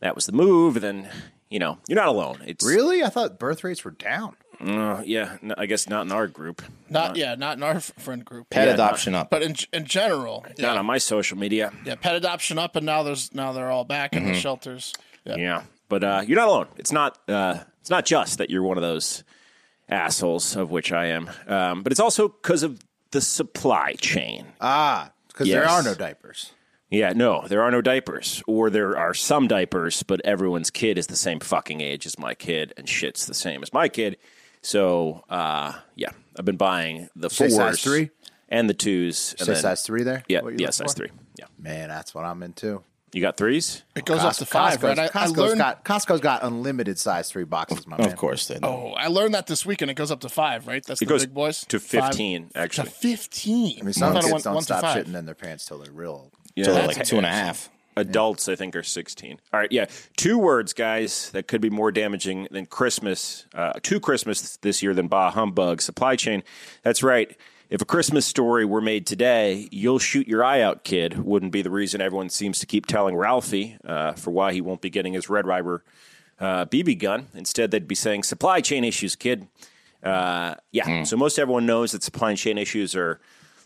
E: That was the move. Then you know you're not alone. It's
C: Really? I thought birth rates were down.
E: uh, yeah. no, I guess not in our group.
F: Not yeah, not in our f- friend group.
D: Pet adoption up.
F: But in in general, yeah,
E: Not on my social media.
F: yeah, pet adoption up, and now there's now they're all back in the shelters. Yeah.
E: Yeah, but uh, you're not alone. It's not. Uh, it's not just that you're one of those assholes of which I am, um, but it's also because of the supply chain.
C: Ah, because there
E: Yes.
C: are no diapers.
E: yeah, no, there are no diapers, or there are some diapers, but everyone's kid is the same fucking age as my kid, and shit's the same as my kid. So uh, yeah, I've been buying the
C: Say
E: fours,
C: size three?
E: and the twos. And
C: Say
E: then-
C: size three there?
E: Yeah,
C: What you
E: yeah,
C: look
E: size
C: for?
E: three. Yeah,
C: Man, that's what I'm into.
E: you got threes.
F: It goes up to five,
C: Costco's,
F: right? I, I
C: Costco's
F: learned.
C: got Costco's got unlimited size three boxes, my man.
D: Of course they do.
F: oh, I learned that this weekend. It goes up to five, right? That's
E: It
F: the
E: goes
F: big boys
E: to
F: Five-
E: fifteen.
F: To
E: Actually,
F: fifteen.
C: I mean, some
F: thought it
C: kids
F: went
C: don't
F: one to
C: stop
F: five.
C: shitting in their pants till they're real. old.
D: so they're
E: that's
D: like two and a half.
E: Adults, I think, are 16. All right, yeah. Two words, guys, that could be more damaging than Christmas, uh, to Christmas this year than bah humbug supply chain. That's right. If a Christmas story were made today, you'll shoot your eye out, kid, wouldn't be the reason everyone seems to keep telling Ralphie uh, for why he won't be getting his Red Rider uh, BB gun. Instead, they'd be saying supply chain issues, kid. Uh, yeah. So most everyone knows that supply chain issues are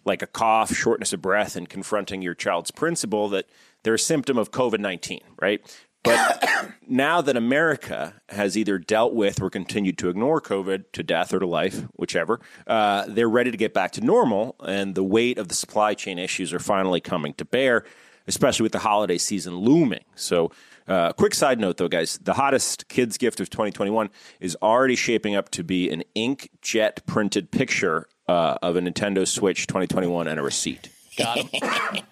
E: like a cough, shortness of breath, and confronting your child's principal that they're a symptom of COVID 19, right? But [coughs] now that America has either dealt with or continued to ignore COVID to death or to life, whichever, uh, they're ready to get back to normal. And the weight of the supply chain issues are finally coming to bear, especially with the holiday season looming. So, uh, quick side note though, guys the hottest kids' gift of 2021 is already shaping up to be an inkjet printed picture uh, of a Nintendo Switch 2021 and a receipt.
F: Got him.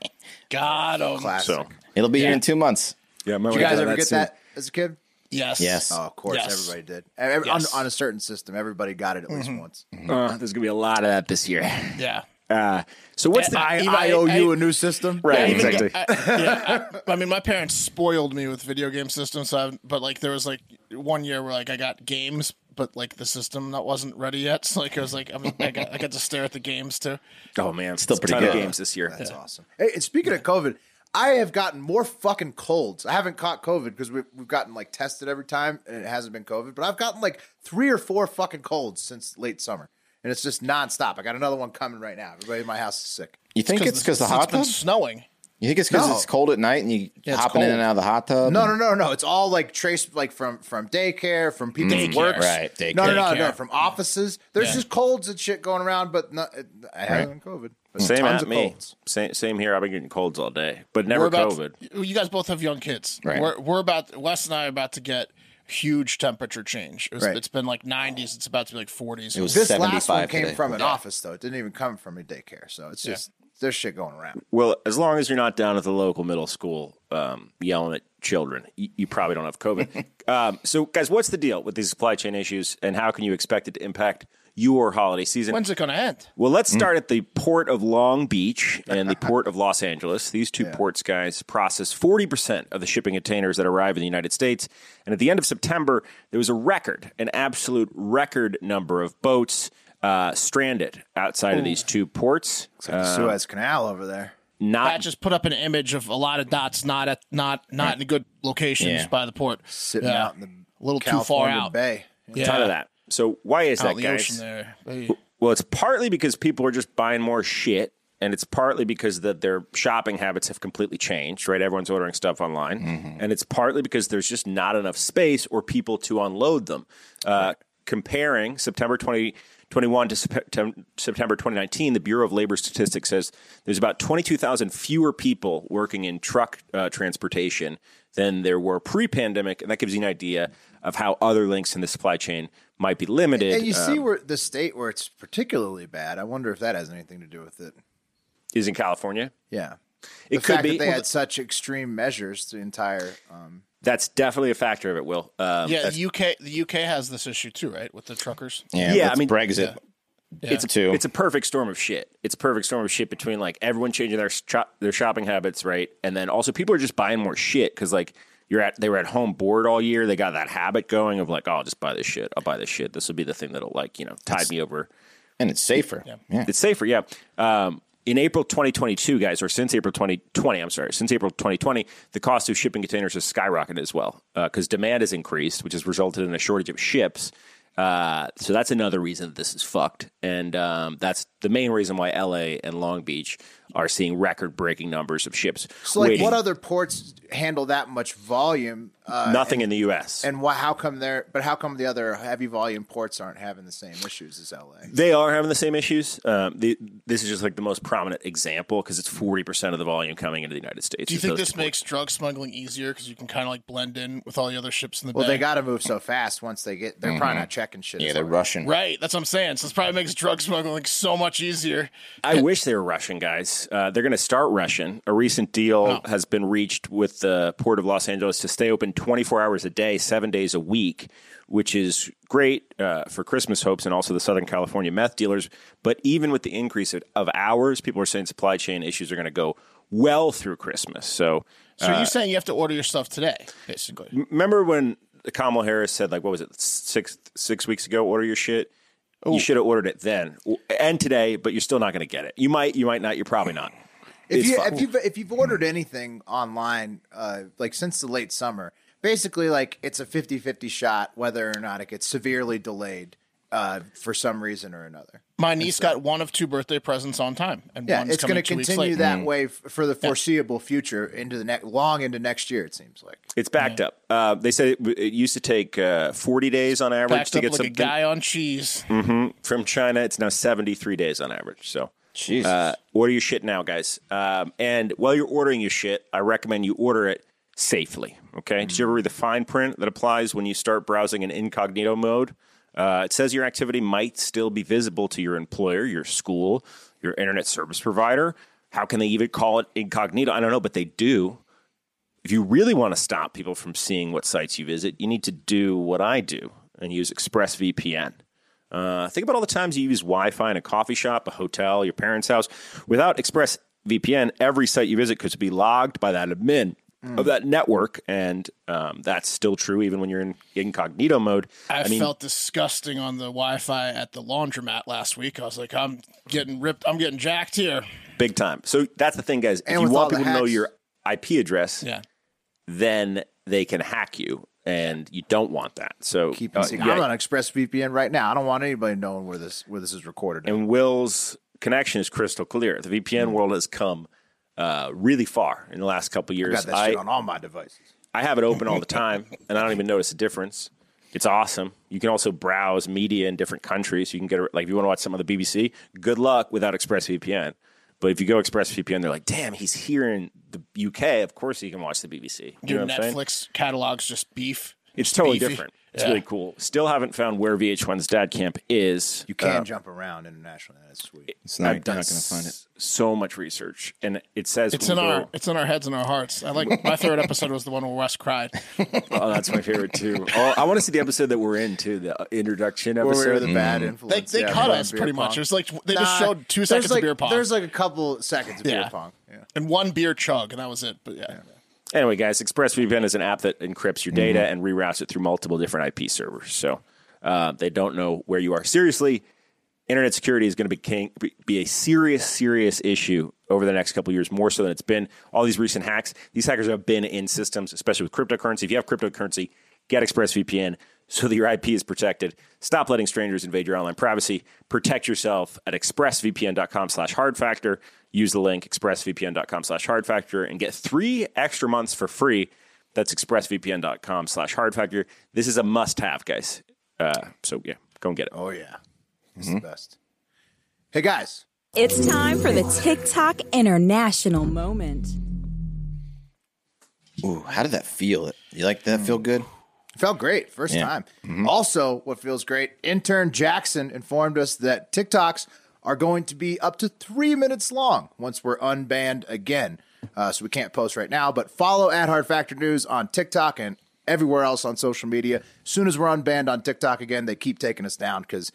F: Got him.
C: Classic.
E: So,
D: It'll be here in two months.
E: yeah,
C: Did you guys ever get that as a kid?
F: Yes.
D: Yes.
C: Oh, of course,
F: Yes.
C: everybody did. Every- on-
F: Yes. Mm-hmm.
C: On, a certain system, everybody got it at least once.
E: Uh, there's going to be a lot of that this year.
F: Yeah.
E: [laughs] Uh, so, what's the.
C: I,
F: Even-
C: I owe Oh, you
F: I-
C: a new system,
E: Right,
F: even
E: exactly.
F: get- I, yeah,
E: [laughs]
F: I, I mean, my parents spoiled me with video game systems. So I've, but like, there was like one year where like I got games, but like the system that wasn't ready yet. [laughs] So like, I was like, I'm, I got I got to stare at the games too.
E: Oh man,
D: Still
E: it's a
D: pretty
E: ton of
D: good.
E: games this year.
C: That's awesome. Hey, and speaking of COVID, I have gotten more fucking colds. I haven't caught COVID because we've, we've gotten like tested every time and it hasn't been COVID, but I've gotten like three or four fucking colds since late summer. And it's just nonstop. I got another one coming right now. Everybody in my house is sick.
D: You think it's because the
F: it's
D: hot
F: been
D: tub?
F: snowing.
D: You think it's because
C: No.
D: it's cold at night and you
F: it's
D: hopping in
F: cold.
D: and out of the hot tub?
C: No, no, no, no. It's all like traced like from from daycare, from people's works.
D: Right, daycare.
C: No, no, no, no.
F: Daycare.
C: From offices. There's just colds and shit going around, but not, I haven't COVID. But
E: Same
C: tons
E: at
C: of
E: me.
C: colds.
E: Same, same here. I've been getting colds all day, but never
F: about
E: COVID.
F: you guys both have young kids.
D: Right.
F: We're, we're about Wes and I are about to get huge temperature change. It was,
C: Right.
F: It's been like 90s. It's about to be like 40s.
D: It was
C: This last
D: 75
C: one came
D: today.
C: from an office though. It didn't even come from a daycare. So it's just there's shit going around.
E: Well, as long as you're not down at the local middle school um, yelling at children, you, you probably don't have COVID.
F: [laughs]
E: um, so, guys, what's the deal with these supply chain issues, and how can you expect it to impact your holiday season?
F: When's it Mm. going to end?
E: Well, let's start at the port of Long Beach and the port of Los Angeles.
F: [laughs]
E: These two ports, guys, process 40% of the shipping containers that arrive in the United States. And at the end of September, there was a record, an absolute record number of boats uh, stranded outside of these two ports. Uh,
C: Suez Canal over there.
F: I
E: not
F: just put up an image of a lot of dots not at not not in good locations
D: Yeah.
F: by the port.
C: Sitting
F: Yeah.
C: out in the
F: a little too far
C: California
F: out.
C: Bay.
F: Yeah,
E: Ton of that. So why is
F: out
E: that,
F: in the
E: guys?
F: ocean there. They-
E: Well, it's partly because people are just buying more shit, and it's partly because that their shopping habits have completely changed. Right, everyone's ordering stuff online,
C: Mm-hmm.
E: and it's partly because there's just not enough space or people to unload them. Uh, comparing September 2021 to Sep- to September 2019, the Bureau of Labor Statistics says there's about 22,000 fewer people working in truck uh, transportation than there were pre-pandemic, and that gives you an idea of how other links in the supply chain might be limited.
C: And you
E: uh,
C: see where the state where it's particularly bad. I wonder if that has anything to do with it.
E: is in California.
C: Yeah. the
E: It could
C: fact
E: be.
C: that they
E: Well,
C: had such extreme measures the entire um,
E: That's definitely a factor of it, Will. Um,
F: yeah,
E: that's-
F: the UK the UK has this issue too, right? With the truckers.
D: Yeah,
E: Yeah,
D: with
E: I mean-
D: Brexit.
E: it's a,
D: too.
E: It's a perfect storm of shit. It's a perfect storm of shit between like everyone changing their shop, their shopping habits, right? And then also people are just buying more shit because like you're at they were at home bored all year. They got that habit going of like, oh, I'll just buy this shit. I'll buy this shit. This will be the thing that'll like you know tide me over.
D: and it's safer. Yeah.
E: It's safer, yeah. Um, in April 2022, guys, or since April 2020, I'm sorry, since April 2020, the cost of shipping containers has skyrocketed as well because demand has increased, which has resulted in a shortage of ships. Uh, so that's another reason that this is fucked, and um, that's the main reason why LA and Long Beach are seeing record-breaking numbers of ships.
C: So, like,
E: waiting.
C: what other ports handle that much volume? Uh,
E: Nothing in the U.S.
C: and why, how come they're? But how come the other heavy volume ports aren't having the same issues as LA?
E: They are having the same issues. Um, the, this is just like the most prominent example because it's forty percent of the volume coming into the United States.
F: Do you
E: is
F: think
E: those
F: this
E: two ports.
F: makes drug smuggling easier because you can kind of like blend in with all the other ships in the
C: Well,
F: bay?
C: they got to move so fast once they get. They're probably not checking shit.
D: Yeah,
C: as
D: they're
C: hard.
D: Russian.
F: right. That's what I'm saying. So this probably makes drug smuggling so much easier.
E: I wish they were Russian guys. Uh, they're going to start Russian. A recent deal has been reached with the Port of Los Angeles to stay open 24 hours a day, seven days a week, which is great uh, for Christmas hopes and also the Southern California meth dealers. But even with the increase of, of hours, people are saying supply chain issues are going to go well through Christmas. So
F: So you're saying you have to order your stuff today,
C: Mm,
F: basically?
E: remember when Kamala Harris said, like, what was it, six six weeks ago? Order your shit. You should have ordered it then and today, but you're still not going to get it. You might, you might not. You're probably not.
C: If,
E: It's
C: you,
E: fine.
C: if you've if you've ordered anything online, uh, like since the late summer, basically like it's a 50-50 shot whether or not it gets severely delayed uh, for some reason or another.
F: My niece got one of two birthday presents on time, and
C: uh, Yeah,
F: one's
C: it's
F: going to
C: continue that way f- for the foreseeable future into the next long into next year. It seems like.
E: It's backed up. Uh, they said it, w- it used to take uh, 40 days on average
F: Backed
E: to
F: up
E: get
F: like a
E: something
F: guy on cheese.
E: from China. It's now 73 days on average. So,
D: Jesus.
E: uh, order your shit now, guys. Um, and while you're ordering your shit, I recommend you order it safely. Okay. Did you ever read the fine print that applies when you start browsing in incognito mode? Uh, it says your activity might still be visible to your employer, your school, your internet service provider. How can they even call it incognito? I don't know, but they do if you really want to stop people from seeing what sites you visit, you need to do what I do and use ExpressVPN. Uh, think about all the times you use Wi Fi in a coffee shop, a hotel, your parents' house. Without ExpressVPN, every site you visit could be logged by that admin of that network. And um, that's still true even when you're in incognito mode.
F: I, felt disgusting on the Wi-Fi at the laundromat last week. I was like, I'm getting ripped. I'm getting jacked here.
E: big time. So that's the thing, guys.
C: And
E: if you
C: with all
E: want
C: the
E: people to know
C: hacks-
E: your IP address,
F: Yeah.
E: then they can hack you. And you don't want that. So
C: Keep
E: uh,
C: it secret.
E: yeah,
C: I'm on ExpressVPN right now. I don't want anybody knowing where this where this is recorded.
E: and Will's connection is crystal clear. The VPN
C: Mm.
E: world has come uh, really far in the last couple
C: I got
E: years.
C: that
E: I,
C: shit on all my devices.
E: I have it
C: [laughs]
E: open all the time, and I don't even notice a difference. It's awesome. You can also browse media in different countries. You can get a- like if you want to watch some of the BBC. Good luck without ExpressVPN. But if you go ExpressVPN, they're like, "Damn, he's here in the UK. Of course, he can watch the BBC." You
F: Your
E: know what I'm saying?
F: Netflix catalog's just beef.
E: It's totally
F: beefy.
E: different. It's
F: Yeah.
E: really cool. Still haven't found where VH1's Dad Camp is.
C: You can jump around internationally. That's sweet.
D: It's not,
E: I've
D: you're
E: done
D: not going to find it.
E: s- so much research, and it says
F: It's
E: when
F: in
E: you go-
F: our it's in our heads and our hearts. I like my third episode was the one where Wes cried.
E: [laughs] Oh, that's my favorite too. Oh, I want to see the episode that we're in too, the uh, introduction
C: Where we
E: episode.
C: were the bad
F: They
C: influence.
F: they
C: yeah,
F: cut
C: playing
F: us
C: beer
F: pretty
C: pong.
F: much. It's like they
C: Nah,
F: just showed two
C: there's
F: seconds
C: like,
F: of beer pong.
C: There's like a couple seconds of
F: Yeah.
C: beer pong. Yeah.
F: and one beer chug, and that was it. But yeah,
E: Mm-hmm. anyway, guys, ExpressVPN is an app that encrypts your data
D: Mm-hmm.
E: and reroutes it through multiple different IP servers, so uh, they don't know where you are. Seriously, internet security is going to be, king, be- be a serious, serious issue over the next couple of years, more so than it's been. All these recent hacks, these hackers have been in systems, especially with cryptocurrency. If you have cryptocurrency, Get ExpressVPN so that your IP is protected. Stop letting strangers invade your online privacy. Protect yourself at expressvpn.com slash hardfactor. Use the link expressvpn.com slash hardfactor and get three extra months for free. That's expressvpn.com slash hardfactor. This is a must-have, guys. Uh, so, yeah, go and get it.
C: Oh yeah, it's the best. Hey guys,
J: It's time for the TikTok international moment.
D: Ooh, how did that feel? You like that
C: Mm.
D: feel good?
C: it felt great first time.
F: Mm-hmm.
C: Also, what feels great? Intern Jackson informed us that TikToks are going to be up to three minutes long once we're unbanned again. Uh, so we can't post right now, but follow at Hard Factor News on TikTok and everywhere else on social media. soon as we're unbanned on TikTok again, they keep taking us down because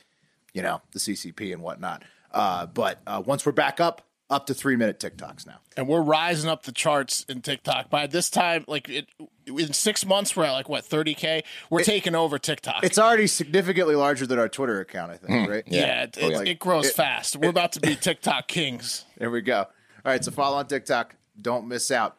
C: you know the CCP and whatnot. Uh, but uh, once we're back up, up to three minute TikToks now.
F: and we're rising up the charts in TikTok. By this time, like it, in six months, we're at like what thirty k. We're taking over TikTok.
C: It's already significantly larger than our Twitter account, I think, right?
F: Hmm. yeah, it, it,
C: Like,
F: it grows fast. We're about to be TikTok kings.
C: There we go. All right, so follow on TikTok. Don't miss out.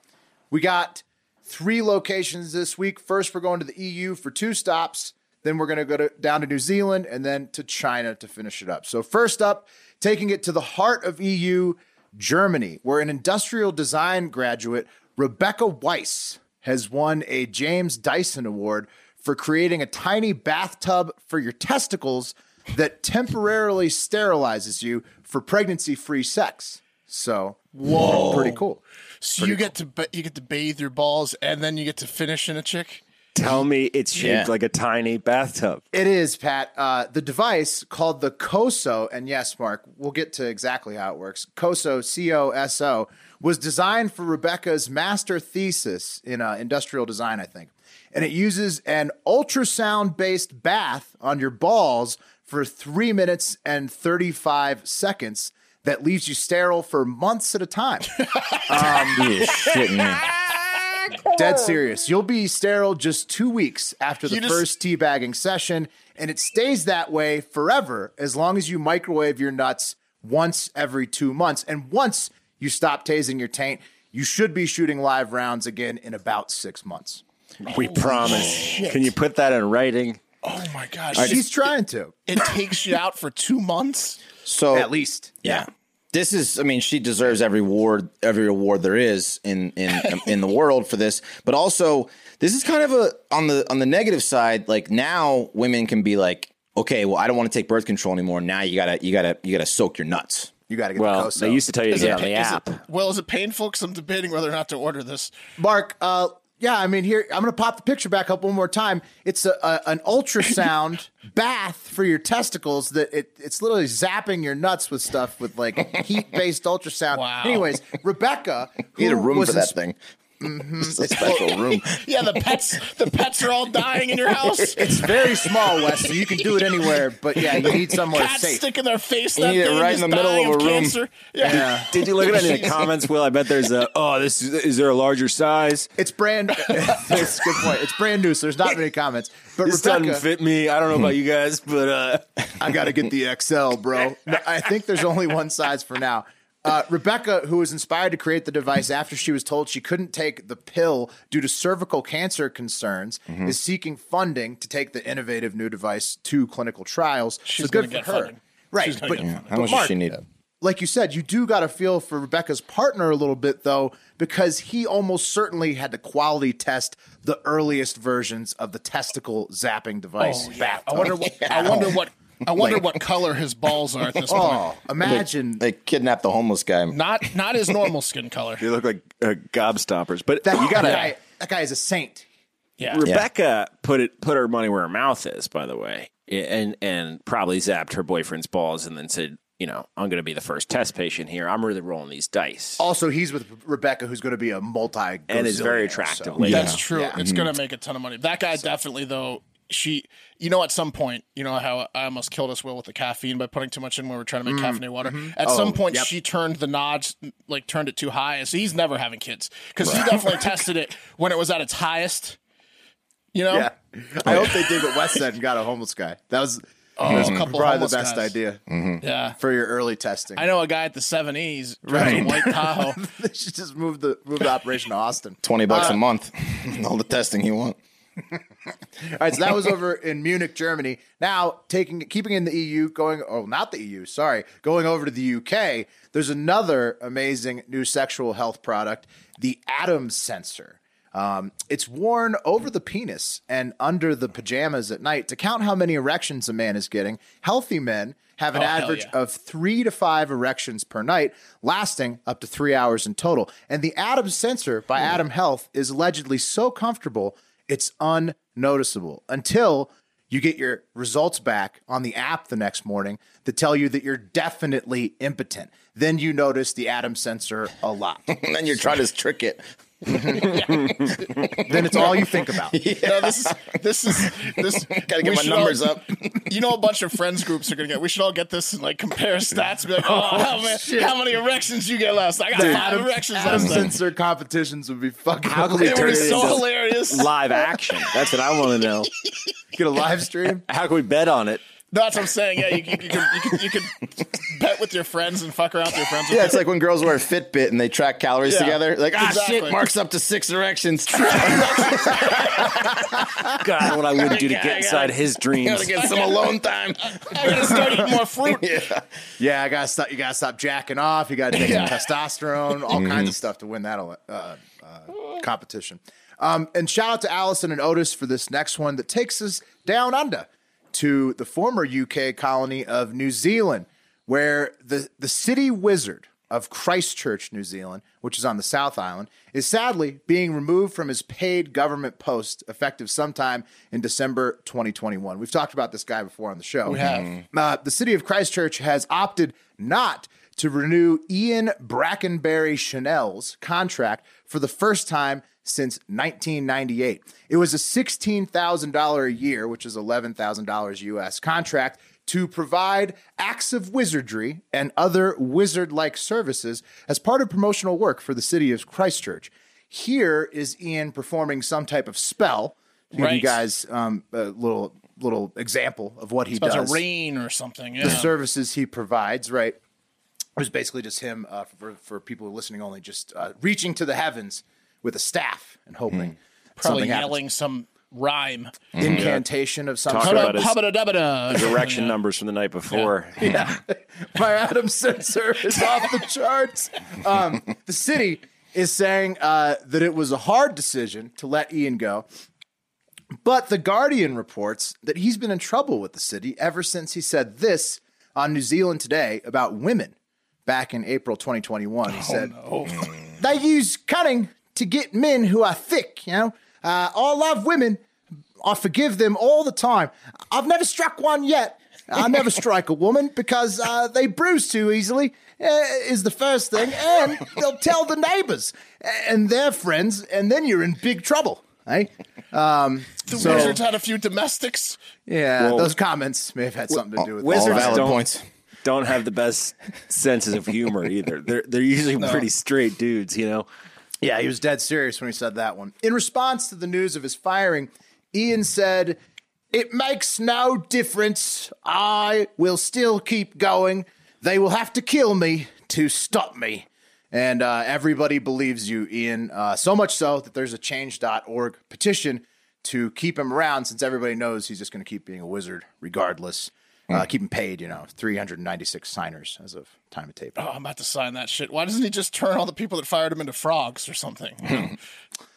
C: We got three locations this week. First, we're going to the EU for two stops. Then we're going to go to, down to New Zealand and then to China to finish it up. So first up, taking it to the heart of EU, Germany, where an industrial design graduate, Rebecca Weiss, has won a James Dyson Award for creating a tiny bathtub for your testicles that temporarily sterilizes you for pregnancy-free sex. So, whoa, pretty cool.
F: So you get to ba- you get to bathe your balls, and then you get to finish in a chick.
E: Tell me it's shaped
D: Yeah.
E: like a tiny bathtub.
C: It is, Pat. Uh, the device called the COSO, and yes, Mark, we'll get to exactly how it works. COSO, C O S O, was designed for Rebecca's master thesis in uh, industrial design, I think. And it uses an ultrasound based bath on your balls for three minutes and 35 seconds that leaves you sterile for months at a time. [laughs] Um,
D: [laughs] You shitting me.
C: Dead serious. You'll be sterile just two weeks after the
F: You just-
C: first teabagging session, and it stays that way forever as long as you microwave your nuts once every two months. And once you stop tasing your taint, you should be shooting live rounds again in about six months.
E: We promise. Can you put that in writing?
F: Oh my gosh,
C: She's trying to,
F: it takes you out for two months.
D: So
C: at least.
D: Yeah. This is, I mean, she deserves every award, every award there is in in in the world for this. But also, this is kind of a on the on the negative side. Like now, women can be like, okay, well, I don't want to take birth control anymore. Now you gotta you gotta you gotta soak your nuts.
C: You got to get the
E: Well,
C: COSO.
E: they used to tell you to get on
F: pa-
E: the app.
F: It, well, is it painful? Because I'm debating whether or not to order this.
C: Mark, uh, yeah, I mean, here, I'm going to pop the picture back up one more time. It's a, a, an
F: [laughs]
C: ultrasound bath for your testicles that it, it's literally zapping your nuts with stuff with like heat based ultrasound.
F: Wow.
C: Anyways, Rebecca,
D: [laughs] You need a
C: who
D: room
C: was
D: for that
C: ins- Mm-hmm.
D: thing. [laughs] It's a special room.
F: Yeah, the pets, the pets are all dying in your house.
C: It's very small, Wes, so you can do it anywhere, but yeah, you need somewhere
F: Cats
C: safe.
F: sticking their face. in
D: You
F: that
D: need it
F: thing,
D: right in
F: just
D: the middle
F: dying
D: of a room.
F: Cancer. Yeah.
E: Did you look at any of the comments, Will? I bet there's a, oh, this is, is there a larger size?
C: It's brand. [laughs] It's a good point. It's brand new, so there's not many comments. But
E: This
C: Rebecca,
E: doesn't fit me. I don't know about you guys, but uh, [laughs]
C: I got to get the XL, bro. No, I think there's only one size for now. Uh, Rebecca, who was inspired to create the device after she was told she couldn't take the pill due to cervical cancer concerns, is seeking funding to take the innovative new device to clinical trials.
F: She's
C: so good
F: gonna
C: for
F: get
C: her.
F: funding.
C: Right.
F: She's gonna
C: but
F: get funding.
D: How
C: but
D: much does
C: Mark,
D: she need?
C: like you said, you do got to feel for Rebecca's partner a little bit though, because he almost certainly had to quality test the earliest versions of the testicle zapping device.
F: Oh, yeah.
C: bathtub.
F: I wonder what. I wonder what. I wonder what color his balls are at
D: [laughs]
F: this point.
C: Oh, imagine
D: They kidnapped the homeless guy.
F: Not not his normal skin color.
E: they look like uh, gobstoppers. But
C: that
E: you gotta.
C: guy. That guy is a saint.
F: Yeah.
E: Rebecca put it put her money where her mouth is, by the way, and and probably zapped her boyfriend's balls and then said, you know, I'm going to be the first test patient here. I'm really rolling these dice,
C: Also, he's with Rebecca, who's going to be a multi
E: and is very attractive. lady.
F: That's true. It's gonna make a ton of money. That guy definitely though. She, you know, at some point, you know how I almost killed us Will with the caffeine by putting too much in when we were trying to make caffeinated water. At some point, she turned the nods, like turned it too high, so he's never having kids because he definitely tested it when it was at its highest. You know,
C: Yeah, I hope they did what Wes said and got a homeless guy. That was
F: oh, there's a couple
C: probably
F: homeless
C: the best
F: guys.
C: idea
E: Mm.
F: Yeah,
C: for your early testing. [laughs]
F: I know a guy at the seven E's driving a white Tahoe.
C: they should just move the move the operation to Austin. Uh,
F: Uh,
D: [laughs] Twenty bucks a month, all the testing you want. [laughs]
C: All right, so that was over in Munich, Germany. Now, taking keeping in the EU, going oh, not the EU, sorry, going over to the UK. There's another amazing new sexual health product, the Atom sensor. Um, it's worn over the penis and under the pajamas at night to count how many erections a man is getting. Healthy men have an
F: Oh, hell
C: average
F: yeah.
C: of three to five erections per night, lasting up to three hours in total. And the Atom sensor
E: Hmm.
C: by Atom Health is allegedly so comfortable it's unnoticeable until you get your results back on the app the next morning that tell you that you're definitely impotent. Then you notice the Atom sensor a
E: [laughs]
C: lot.
D: and then you're trying to trick it.
C: then it's all you think
E: [laughs]
C: about.
F: No, this is this is this.
D: Gotta
F: we
D: get my
F: should all-
D: numbers up.
F: [laughs] You know, a bunch of friends groups are gonna get. We should all get this and like compare stats. And be like, oh, how, many, how many erections you get last? I got five
C: Atom,
F: erections
C: Atom
F: last night.
C: sensor competitions would be fucking.
E: How can we
F: It would
E: turn
F: be
E: it
F: so
E: into
F: hilarious.
E: live action? That's what I want to know.
C: get a live stream?
E: How can we bet on it?
F: No, that's what I'm saying. Yeah, you, you, you can you can you can bet with your friends and fuck around with your friends.
D: Yeah, it's like when girls wear a Fitbit and they track calories
F: Yeah,
D: together. Like, ah,
F: exactly.
D: shit, Mark's up to six [laughs] erections.
E: God, what I wouldn't do to get inside his dreams.
D: Gotta get some alone
F: [laughs]
D: time.
F: I gotta start eating more fruit.
C: Yeah, I gotta stop. You gotta stop jacking off. You gotta take some testosterone, all kinds of stuff to win that ele- uh, uh, competition. Um, and shout out to Allison and Otis for this next one that takes us down under to the former UK colony of New Zealand, where the the city wizard of Christchurch, New Zealand, which is on the South Island, is sadly being removed from his paid government post effective sometime in December 2021. We've talked about this guy before on the show. We
F: have.
C: uh, the city of Christchurch has opted not to renew Ian Brackenberry Chanel's contract for the first time since 1998. It was a $16,000 a year, which is $11,000 US contract to provide acts of wizardry and other wizard-like services as part of promotional work for the city of Christchurch. Here is Ian performing some type of spell. To give you
F: Right.
C: guys um, a little little example of what he
F: It's
C: does
F: a rain or something. Yeah.
C: the services he provides, right? It was basically just him uh, for for people who are listening only, just uh, reaching to the heavens with a staff and hoping
F: Probably
C: something happens.
F: yelling some rhyme.
C: incantation of some
E: Talk
C: sort.
E: about his- [laughs]
F: Hubba-da-dubba-da.
E: Direction numbers from the night before.
C: My Adam sensor is off the charts. Um, the city is saying uh, that it was a hard decision to let Ian go, but the Guardian reports that he's been in trouble with the city ever since he said this on New Zealand Today about women back in April 2021. He said. they use cunning to get men who are thick, you know. Uh, I love women. I forgive them all the time. I've never struck one yet. I never strike a woman because uh, they bruise too easily, uh, is the first thing. And they'll tell the neighbors and their friends, and then you're in big trouble. Eh?
F: The
C: So-
F: wizards had a few domestics.
C: Yeah,
E: Well-
C: those comments may have had something to do with
E: Wizards
D: All
C: that.
D: valid
E: don't-
D: points.
E: Don't have the best senses of [laughs] humor either. They're they're usually pretty straight dudes, you know.
C: Yeah, he was dead serious when he said that one. In response to the news of his firing, Ian said, It makes no difference. I will still keep going. They will have to kill me to stop me. And uh, everybody believes you, Ian. Uh, so much so that there's a change.org petition to keep him around since everybody knows he's just going to keep being a wizard regardless. Uh, keep him paid, you know, 396 signers as of time of tape.
F: Oh, I'm about to sign that shit. Why doesn't he just turn all the people that fired him into frogs or something?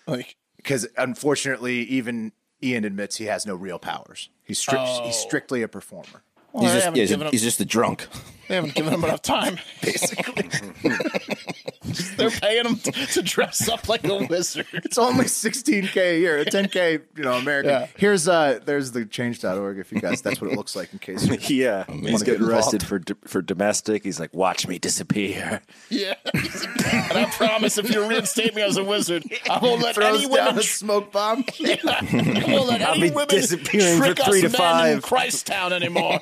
F: like,
C: because unfortunately, even Ian admits he has no real powers. He's, strict, he's strictly a performer. [laughs]
F: well,
D: He's
F: they,
D: just,
F: haven't
D: yeah, he's, a,
F: given him,
D: he's just a drunk.
F: they haven't given him enough time, [laughs] basically. Just- They're paying him t- to dress up like a
C: [laughs]
F: wizard.
C: It's only 16k a year, 10k, you know, American.
F: Yeah.
C: Here's uh, there's the change.org if you guys. That's what it looks like in case. you
E: [laughs] Yeah, he's
C: get
E: getting
C: involved.
E: arrested for d- for domestic. He's like, watch me disappear.
F: Yeah. [laughs] and I promise if you reinstate me as a wizard, I won't let
C: Throws
F: any
C: down
F: women [laughs]
C: a smoke bomb.
F: I won't let
E: I'll
F: any
E: be
F: women
E: disappearing for
F: trick
E: three
F: us
E: to
F: men in
E: five.
F: Christtown anymore.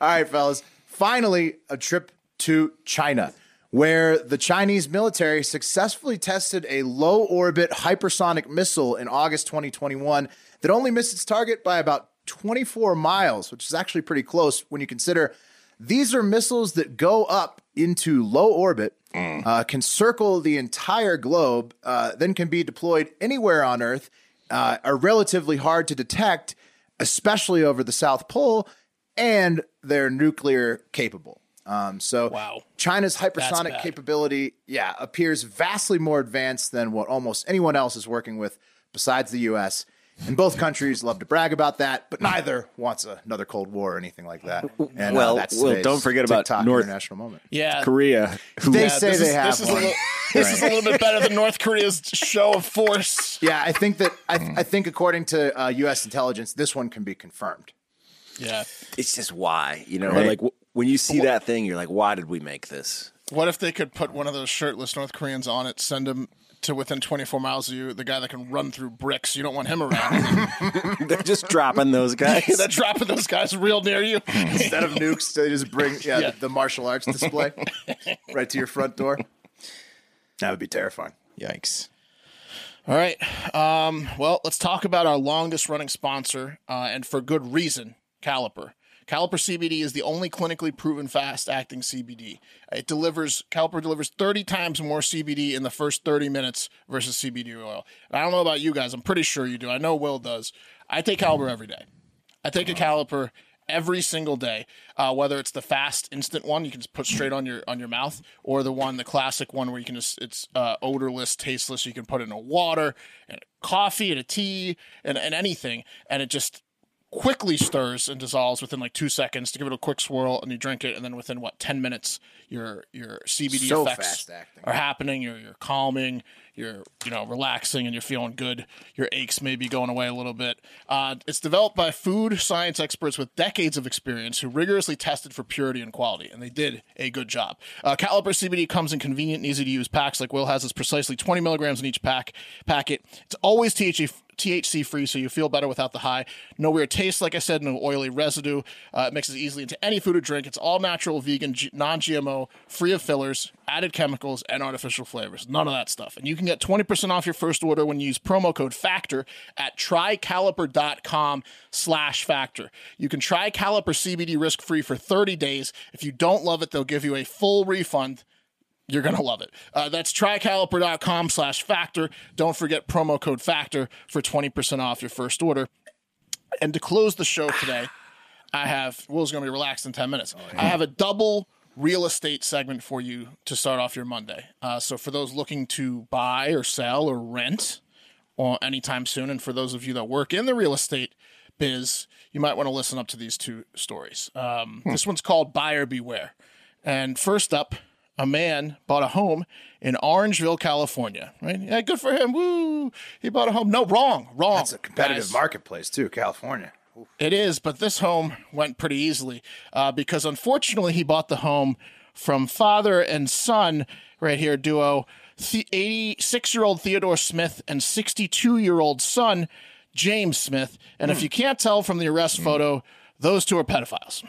C: All right, fellas. Finally, a trip to China, where the Chinese military successfully tested a low orbit hypersonic missile in August 2021 that only missed its target by about 24 miles, which is actually pretty close when you consider these are missiles that go up into low orbit, uh, can circle the entire globe, uh, then can be deployed anywhere on Earth uh, are relatively hard to detect, especially over the South Pole, and they're nuclear capable. Um, so
F: Wow.
C: China's
F: That's
C: hypersonic
F: bad.
C: capability, yeah, appears vastly more advanced than what almost anyone else is working with besides the U.S. And both countries love to brag about that, but neither wants a- another Cold War or anything like that. And, uh,
E: Well, well,
C: today's
E: don't forget about
C: TikTok
E: North-
C: international
F: [laughs]
C: moment.
E: Uh,
F: Yeah.
E: Korea. Who,
C: They
F: Yeah,
C: say
F: this
C: they
F: is-
C: have
F: this is a
C: one.
F: little- This is a little bit better than North Korea's show of force.
C: Yeah, I think that I, I think according to uh, U.S. intelligence, this one can be confirmed.
F: Yeah.
E: it's just why you know
D: Right.
E: like w- when you see that thing, you're like, why did we make this? [laughs]
F: What if they could put one of those shirtless North Koreans on it, send him to within 24 miles of you, the guy that can run through bricks? You don't want him around. [laughs]
E: They're just dropping [laughs] those guys.
F: They're dropping those guys real near you.
C: Instead of nukes, they just bring yeah,
F: Yeah.
C: The, the martial arts
F: [laughs]
C: display right to your front door. That would be terrifying.
D: Yikes.
F: All right. Um, well, let's talk about our longest running sponsor, uh, and for good reason, Caliper. Caliper CBD is the only clinically proven fast acting CBD. It delivers, Caliper delivers 30 times more CBD in the first 30 minutes versus CBD oil. And I don't know about you guys. I'm pretty sure you do. I know Will does. I take Caliper every day. I take a caliper every single day, uh, whether it's the fast instant one you can just put straight on your on your mouth, or the one the classic one where you can just it's uh, odorless, tasteless. You can put it in a water and a coffee and a tea and, and anything, and it just quickly stirs and dissolves within like two seconds to give it a quick swirl and you drink it and then within what 10 minutes your your cbd
C: So
F: effects
C: fast acting.
F: are happening you're, you're calming you're you know relaxing and you're feeling good your aches may be going away a little bit uh, it's developed by food science experts with decades of experience who rigorously tested for purity and quality and they did a good job uh, caliper cbd comes in convenient and easy to use packs like will has it's precisely 20 milligrams in each pack packet it's always E thc THC free, so you feel better without the high. No weird taste, like I said, no oily residue. Uh, it mixes easily into any food or drink. It's all natural, vegan, G- non GMO, free of fillers, added chemicals, and artificial flavors. None of that stuff. And you can get 20% off your first order when you use promo code FACTOR at tricaliper.com slash factor. You can try Caliper CBD risk free for 30 days. If you don't love it, they'll give you a full refund you're gonna love it. Uh, that's tricaliper.com slash factor. Don't forget promo code factor for 20% off your first order. And to close the show today, I have Will's gonna be relaxed in 10 minutes. I have a double real estate segment for you to start off your Monday. Uh, so for those looking to buy or sell or rent or anytime soon, and for those of you that work in the real estate biz, you might want to listen up to these two stories. Um,
C: Hmm.
F: This one's called Buyer Beware. And first up, a man bought a home in Orangeville, California. Right? Yeah, good for him. Woo! He bought a home. No, wrong, wrong.
C: That's a competitive
F: guys.
C: marketplace too, California.
F: It is, but this home went pretty easily uh, because unfortunately he bought the home from father and son right here duo, the 86 year old Theodore Smith and 62 year old son James Smith. And
C: Hmm.
F: if you can't tell from the arrest photo, those two are pedophiles.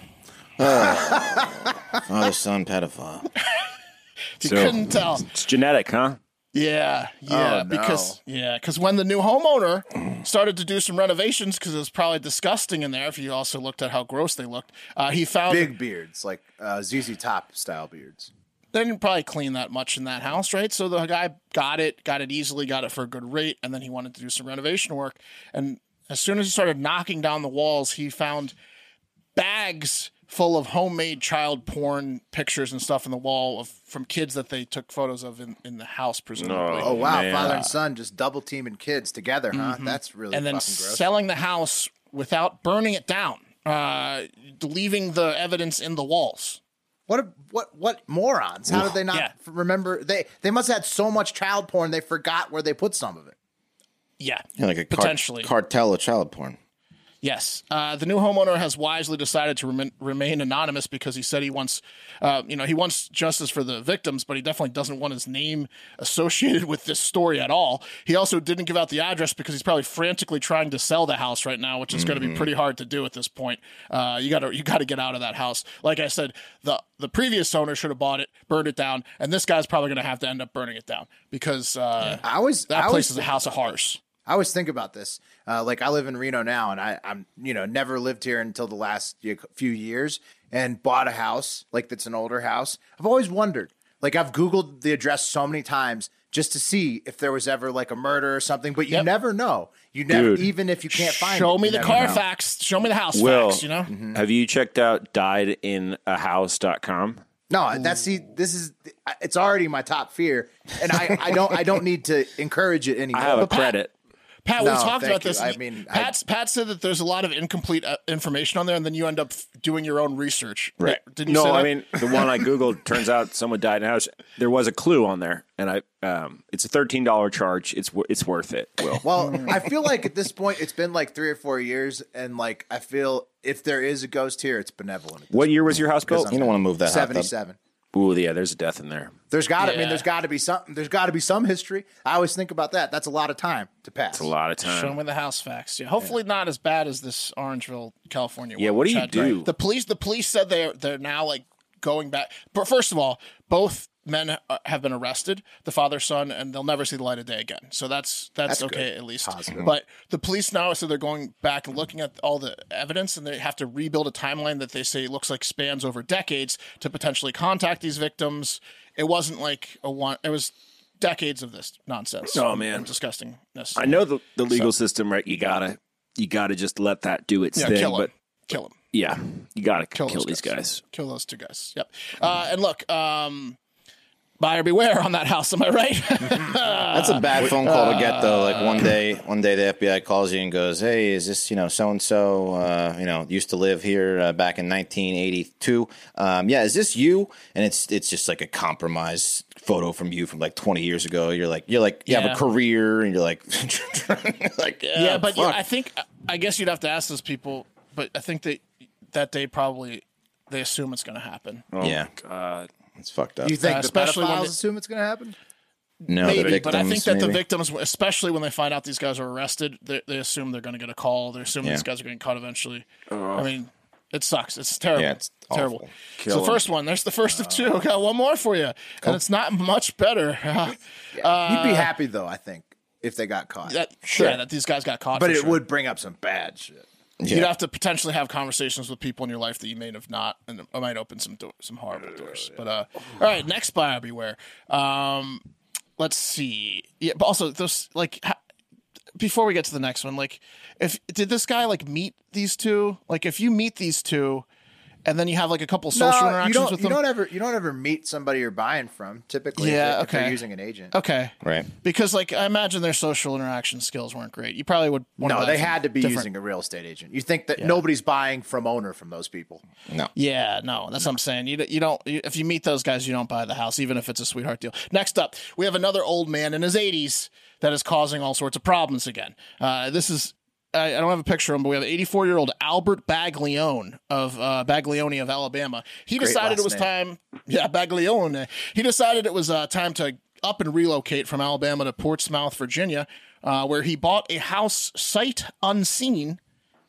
D: Father Oh, son pedophile.
F: If you
E: So-
F: couldn't
C: [laughs]
F: tell,
E: It's genetic, huh?
F: Yeah,
C: Oh,
F: yeah,
C: no.
F: because yeah, because when the new homeowner started to do some renovations, because it was probably disgusting in there. If you also looked at how gross they looked, uh, he found
C: Big beards, like uh, ZZ Top style beards.
F: they didn't probably clean that much in that house, right? So the guy got it, got it easily, got it for a good rate, and then he wanted to do some renovation work. And as soon as he started knocking down the walls, he found bags full of homemade child porn pictures and stuff in the wall of from kids that they took photos of in, in the house, presumably.
C: Oh wow,
E: man.
C: father and son just double teaming kids together, huh? That's really
F: Mm-hmm. and then
C: fucking gross.
F: selling the house without burning it down, uh, leaving the evidence in the walls.
C: What a, what what morons? How did they not
F: Yeah.
C: f- remember? They they must have had so much child porn they forgot where they put some of it.
F: Yeah,
D: Yeah, like a car-
F: potentially.
D: cartel of child porn.
F: Yes, uh, the new homeowner has wisely decided to remain, remain anonymous because he said he wants, uh, you know, he wants justice for the victims, but he definitely doesn't want his name associated with this story at all. He also didn't give out the address because he's probably frantically trying to sell the house right now, which is going to
C: Mm-hmm.
F: be pretty hard to do at this point. Uh, you got to you got to get out of that house. Like I said, the the previous owner should have bought it, burned it down, and this guy's probably going to have to end up burning it down because uh,
C: I always
F: that
C: I
F: place
C: always,
F: is a house of horrors.
C: I always think about this. Uh, like I live in Reno now, and I, I'm you know never lived here until the last y- few years, and bought a house like that's an older house. I've always wondered Like I've Googled the address so many times just to see if there was ever like a murder or something, but you
F: Yep.
C: never know. You never,
E: Dude.
C: even if you can't find it.
F: Show me
C: you
F: the
C: never know.
F: Carfax. Show me the house
E: Will,
F: facts, you know?
E: have you checked out diedinahouse.com?
C: No, that's see, this is it's already my top fear, and I, I don't I don't need to encourage it anymore.
E: I have a
F: Pat-
E: credit.
F: Pat,
C: No,
F: we talked
C: thank
F: about
C: you.
F: this.
C: I mean, I-
F: Pat's, Pat said that there's a lot of incomplete uh, information on there, and then you end up f- doing your own research. Didn't you say
E: no, I
F: that?
E: mean the one I
F: [laughs]
E: googled. Turns out someone died in a house. There was a clue on there, and I um, it's a thirteen dollar charge. It's wor- it's worth it. Will
D: Mm.
C: Well, I feel like at this point it's been like three or four years, and like I feel if there is a ghost here, it's benevolent.
E: what year was your house built?
D: Oh, You don't want to move that hot tub.
C: Seventy-seven.
E: Ooh, yeah, there's a death in there.
C: There's got to I mean,
F: Yeah.
C: there's got to be something. There's got to be some history. I always think about that. That's a lot of time to pass.
E: A lot of time.
F: Show me the house facts. Yeah, hopefully not as bad as this Orangeville, California.
E: Yeah,
F: one,
E: what do
F: which
E: you
F: had-
E: do?
F: The police. The police said they're they're now like going back. But first of all, both men uh, have been arrested, the father, son, and they'll never see the light of day again. So that's that's, okay at least. But the police now so they're going back and looking at all the evidence, and they have to rebuild a timeline that they say looks like spans over decades to potentially contact these victims. It wasn't like a one. It was. Decades of this nonsense.
E: Oh, man.
F: and disgustingness.
E: I know the, the legal system, right? You gotta you gotta just let that do its
F: Yeah,
E: thing.
F: kill him.
E: but
F: kill him.
E: yeah, you gotta kill,
F: Kill,
E: these
F: those
E: guys.
F: Kill those two guys. Yep. Uh, and look, um, buyer beware on that house. Am I right? [laughs]
D: That's
F: Uh,
D: a bad phone call to get though. Like one
F: [clears throat]
D: day, one day the FBI calls you and goes, "Hey, is this you know so and so? You know, used to live here uh, back in 1982. Um, yeah, is this you?" And it's it's just like a compromised photo from you from like 20 years ago. You're like you're like you have
F: Yeah.
D: a career and you're like [laughs] like yeah,
F: yeah, but you,
D: fuck.
F: I think I guess you'd have to ask those people. But I think that that day probably they assume it's going to happen.
D: yeah,
E: God.
D: it's fucked up.
C: You think
F: Uh,
C: the
F: especially when
C: pedophiles
F: they-
C: assume it's going to happen?
D: no, the
F: Maybe,
D: victims,
F: but I think that the
D: maybe.
F: victims, especially when they find out these guys are arrested, they, they assume they're going to get a call. They assume
D: Yeah.
F: these guys are getting caught eventually. I mean, it sucks. It's terrible.
D: Yeah, it's
F: terrible.
D: awful.
F: It's the first one. There's the first of two. Got one more for you, and it's not much better. [laughs]
C: You'd be happy though, I think, if they got caught.
F: that Uh, yeah, that these guys got caught.
C: but
F: for
C: it
F: sure.
C: would bring up some bad shit.
F: You'd
D: Yeah.
F: have to potentially have conversations with people in your life that you may have not, and it might open some door, some horrible doors. But uh, all right, next buyer beware. Um, let's see. Yeah, but also those like. Ha- before we get to the next one, like, if did this guy like meet these two? Like, if you meet these two, and then you have like a couple social
C: no, you
F: interactions
C: don't.
F: with
C: you
F: them.
C: don't ever. You don't ever meet somebody you're buying from. Typically,
F: Yeah,
C: If they're, if they're
F: okay.
C: using an agent.
F: okay,
D: Right.
F: Because like I imagine their social interaction skills weren't great. You probably would. wanna
C: No,
F: buy
C: they
F: from
C: had to be
F: different-
C: using a real estate agent. You think that nobody's buying from owner from those people?
F: Yeah, no, that's what I'm saying. You you don't you, if you meet those guys, you don't buy the house, even if it's a sweetheart deal. Next up, we have another old man in his 80s that is causing all sorts of problems again. Uh, this is I, I don't have a picture of him, but we have 84 year old Albert Baglione of uh, Baglione of Alabama. He decided it
C: last
F: was
C: name.
F: time. Yeah, Baglione. He decided it was uh, time to up and relocate from Alabama to Portsmouth, Virginia, uh, where he bought a house sight unseen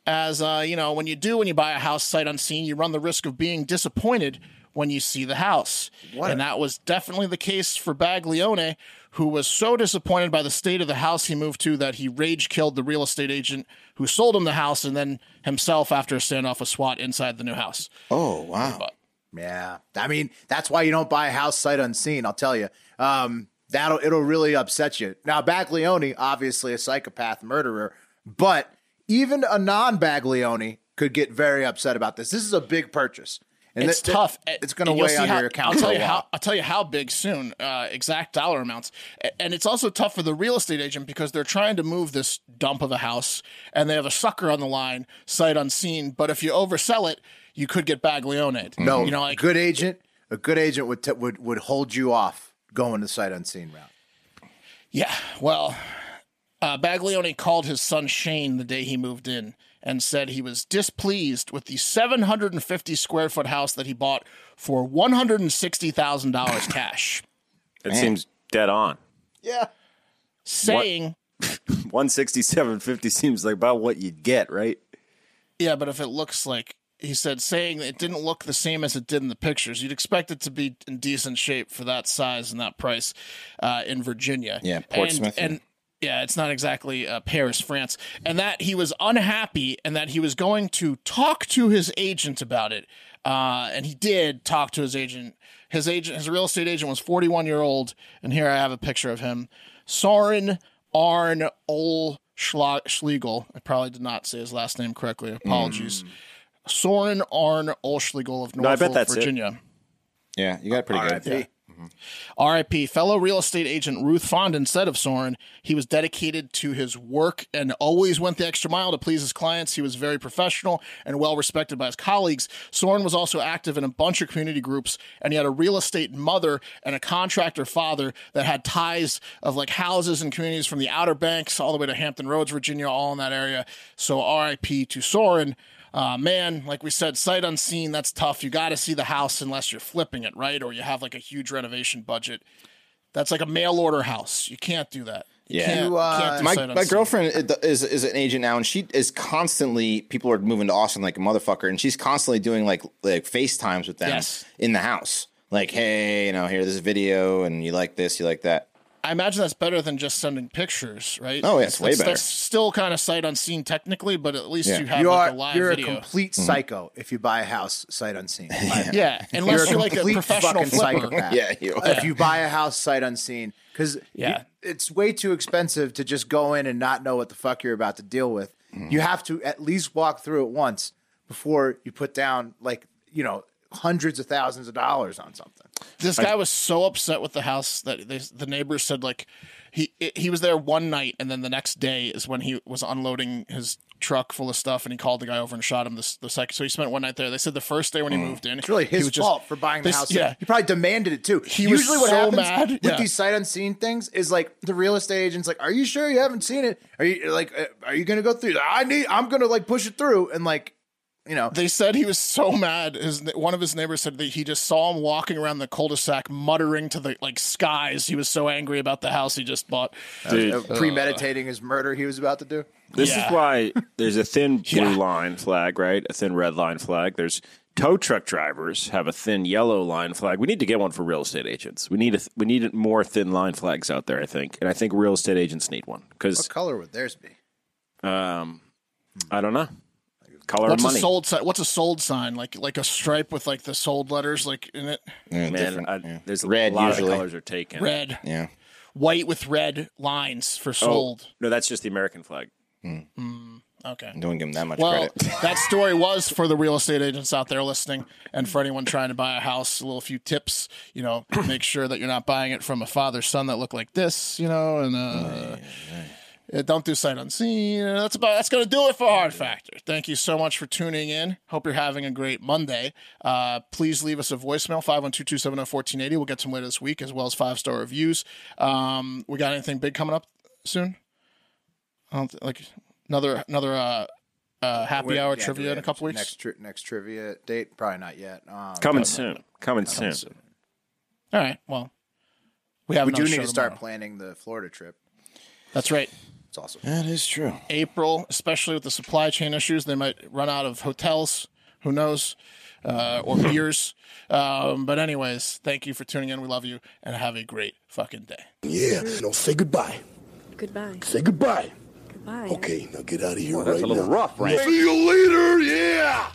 F: as uh, you know, when you do when you buy a house sight unseen, you run the risk of being disappointed when you see the house. And that was definitely the case for Baglione, who was so disappointed by the state of the house he moved to that he rage killed the real estate agent who sold him the house and then himself after a standoff with SWAT inside the new house.
D: Oh wow.
C: Yeah, I mean that's why you don't buy a house sight unseen. I'll tell you, um, that'll it'll really upset you. Now Baglioni, obviously a psychopath murderer, but even a non Baglioni could get very upset about this. This is a big purchase, and
F: it's
C: thi-
F: tough.
C: thi- It's going to
F: And you'll
C: weigh
F: see
C: on
F: how-
C: your account. for
F: I'll tell
C: a
F: you how.
C: while.
F: I'll tell you how big soon. Uh, exact dollar amounts, A- and it's also tough for the real estate agent because they're trying to move this dump of a house, and they have a sucker on the line, sight unseen. But if you oversell it, you could get Baglione.
C: Mm-hmm. No,
F: you know, like
C: good agent, a good agent would t- would would hold you off going the sight unseen route.
F: Yeah, well, uh, Baglioni called his son Shane the day he moved in and said he was displeased with the 750 square foot house that he bought for $160,000 cash,
E: It seems dead on.
F: saying,
E: One sixty seven fifty seems like about what you'd get, right?
F: Yeah, but if it looks like he said, saying it didn't look the same as it did in the pictures, you'd expect it to be in decent shape for that size and that price uh, in Virginia.
D: Yeah,
F: And-
D: Portsmouth, yeah.
F: and. yeah, it's not exactly uh, Paris, France, and that he was unhappy, and that he was going to talk to his agent about it, uh, and he did talk to his agent, His agent, his real estate agent, was 41 year old, and here I have a picture of him, Soren Arn Ol Schla- Schlegel. I probably did not say his last name correctly. Apologies. Soren Arn Ol Schlegel of
E: Hmm. I bet
F: Norfolk,
E: that's it.
F: Virginia.
D: Yeah, you got it pretty good.
F: Mm-hmm. RIP, fellow real estate agent Ruth Fondon said of Soren, he was dedicated to his work and always went the extra mile to please his clients. He was very professional and well respected by his colleagues. Soren was also active in a bunch of community groups, and he had a real estate mother and a contractor father that had ties of like houses and communities from the Outer Banks all the way to Hampton Roads, Virginia, all in that area. So RIP to Soren. Uh, man, like we said, sight unseen, that's tough. You got to see the house unless you're flipping it, right? Or you have like a huge renovation budget. That's like a mail order house. You can't do that. You
D: Yeah.
F: Can't,
D: You,
C: uh,
F: can't do
D: my,
F: sight
D: my
F: unseen.
D: girlfriend is is an agent now, and she is constantly people are moving to Austin like a motherfucker, and she's constantly doing like like FaceTimes with them
F: Yes.
D: in the house. Like, hey, you know, here this video, and you like this, you like that.
F: I imagine that's better than just sending pictures, right?
D: Oh, yeah, it's way
F: that's,
D: better.
F: That's still kind of sight unseen technically, but at least
D: Yeah.
F: you have
C: You
F: like
C: are
F: a live
C: you're
F: video.
C: a complete
D: Mm-hmm.
C: psycho if you buy a house sight
D: [laughs]
C: unseen.
F: yeah,
C: You're
F: unless
C: a
F: you're, like a
C: complete
F: professional
C: fucking
F: flipper.
C: psychopath.
D: Yeah, you are.
C: If you buy a house sight unseen, because
F: Yeah.
C: it's way too expensive to just go in and not know what the fuck you're about to deal with.
D: Mm-hmm.
C: You have to at least walk through it once before you put down like you know hundreds of thousands of dollars on something.
F: This guy was so upset with the house that they, the neighbors said like he it- he was there one night and then the next day is when he was unloading his truck full of stuff and he called the guy over and shot him the, the second so he spent one night there. They said the first day when he moved in,
C: It's really
F: he
C: his
F: was just-
C: fault for buying the
F: this-
C: house.
F: Yeah,
C: he probably demanded it too.
F: He was
C: Usually, what
F: so
C: happens
F: mad.
C: with
F: Yeah.
C: these sight unseen things is like the real estate agent's like, "Are you sure you haven't seen it? Are you like, uh, are you gonna go through? I need, I'm gonna like push it through and like, you know,
F: They said he was so mad. His one of his neighbors said that he just saw him walking around the cul-de-sac, muttering to the like skies. He was so angry about the house he just bought.
E: Dude,
C: uh, premeditating his murder he was about to do.
E: This
F: Yeah.
E: is why there's a thin blue
F: Yeah.
E: line flag, right? A thin red line flag. There's tow truck drivers have a thin yellow line flag. We need to get one for real estate agents. We need a th- we need more thin line flags out there, I think. And I think real estate agents need one
C: What
E: cuz
C: color would theirs be?
E: um I don't know. Color
F: What's a
E: money.
F: sold sign? What's a sold sign? Like like a stripe with like the sold letters like in it.
D: Yeah,
E: Man,
D: different.
E: I, there's a
D: Red,
E: lot
D: usually.
E: of colors are taken.
F: Red,
D: yeah.
F: white with red lines for
E: Oh,
F: sold.
E: no, that's just the American flag.
F: Okay.
D: Don't give him that much
F: Well,
D: credit.
F: that story was for the real estate agents out there listening, and for anyone trying to buy a house, a little few tips. You know, [coughs] make sure that you're not buying it from a father son that look like this. You know, and uh, uh, don't do sight unseen. And That's about. That's gonna do it for Hard Factor. Thank you so much for tuning in. Hope you're having a great Monday. Uh, please leave us a voicemail 512-270-1480. We'll get some later this week, as well as five star reviews. Um, we got anything big coming up soon? I don't th- like another another uh uh, happy
C: Wait,
F: hour
C: yeah, do we
F: trivia in a
C: have
F: couple weeks.
C: Next, tri- next trivia date, probably not yet. Um,
E: Coming soon. Coming soon.
F: All right. Well, we have.
C: we do
F: another
C: need
F: show
C: to start
F: tomorrow.
C: planning the Florida trip.
F: That's right.
C: It's awesome.
D: that is true.
F: April, especially with the supply chain issues, they might run out of hotels. Who knows? Uh, or beers. Um, but anyways, thank you for tuning in. We love you, and have a great fucking day.
B: Yeah, no, say goodbye.
J: Mm. Goodbye.
B: Say goodbye.
J: Goodbye.
B: Okay, now get out of here right
E: That's a little
B: now.
E: rough, right?
B: See you later, yeah!